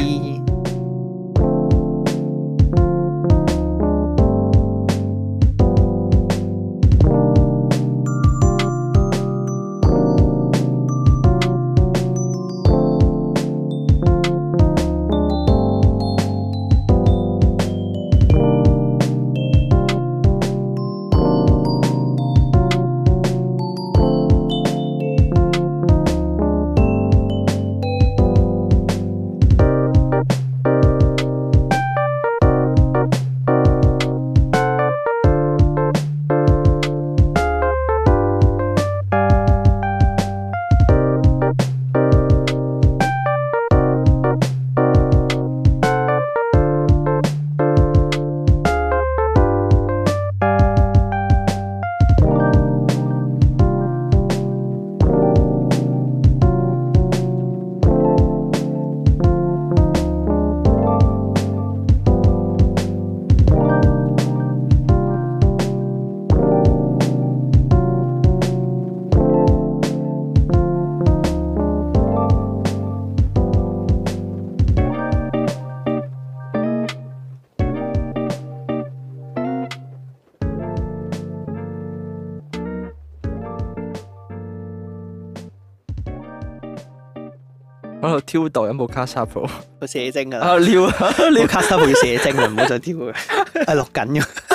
喺度挑逗緊部卡莎 Pro，佢射精噶啦，啊撩啊 你撩。 卡斯塔要射精啊，唔好再挑佢，係錄緊嘅。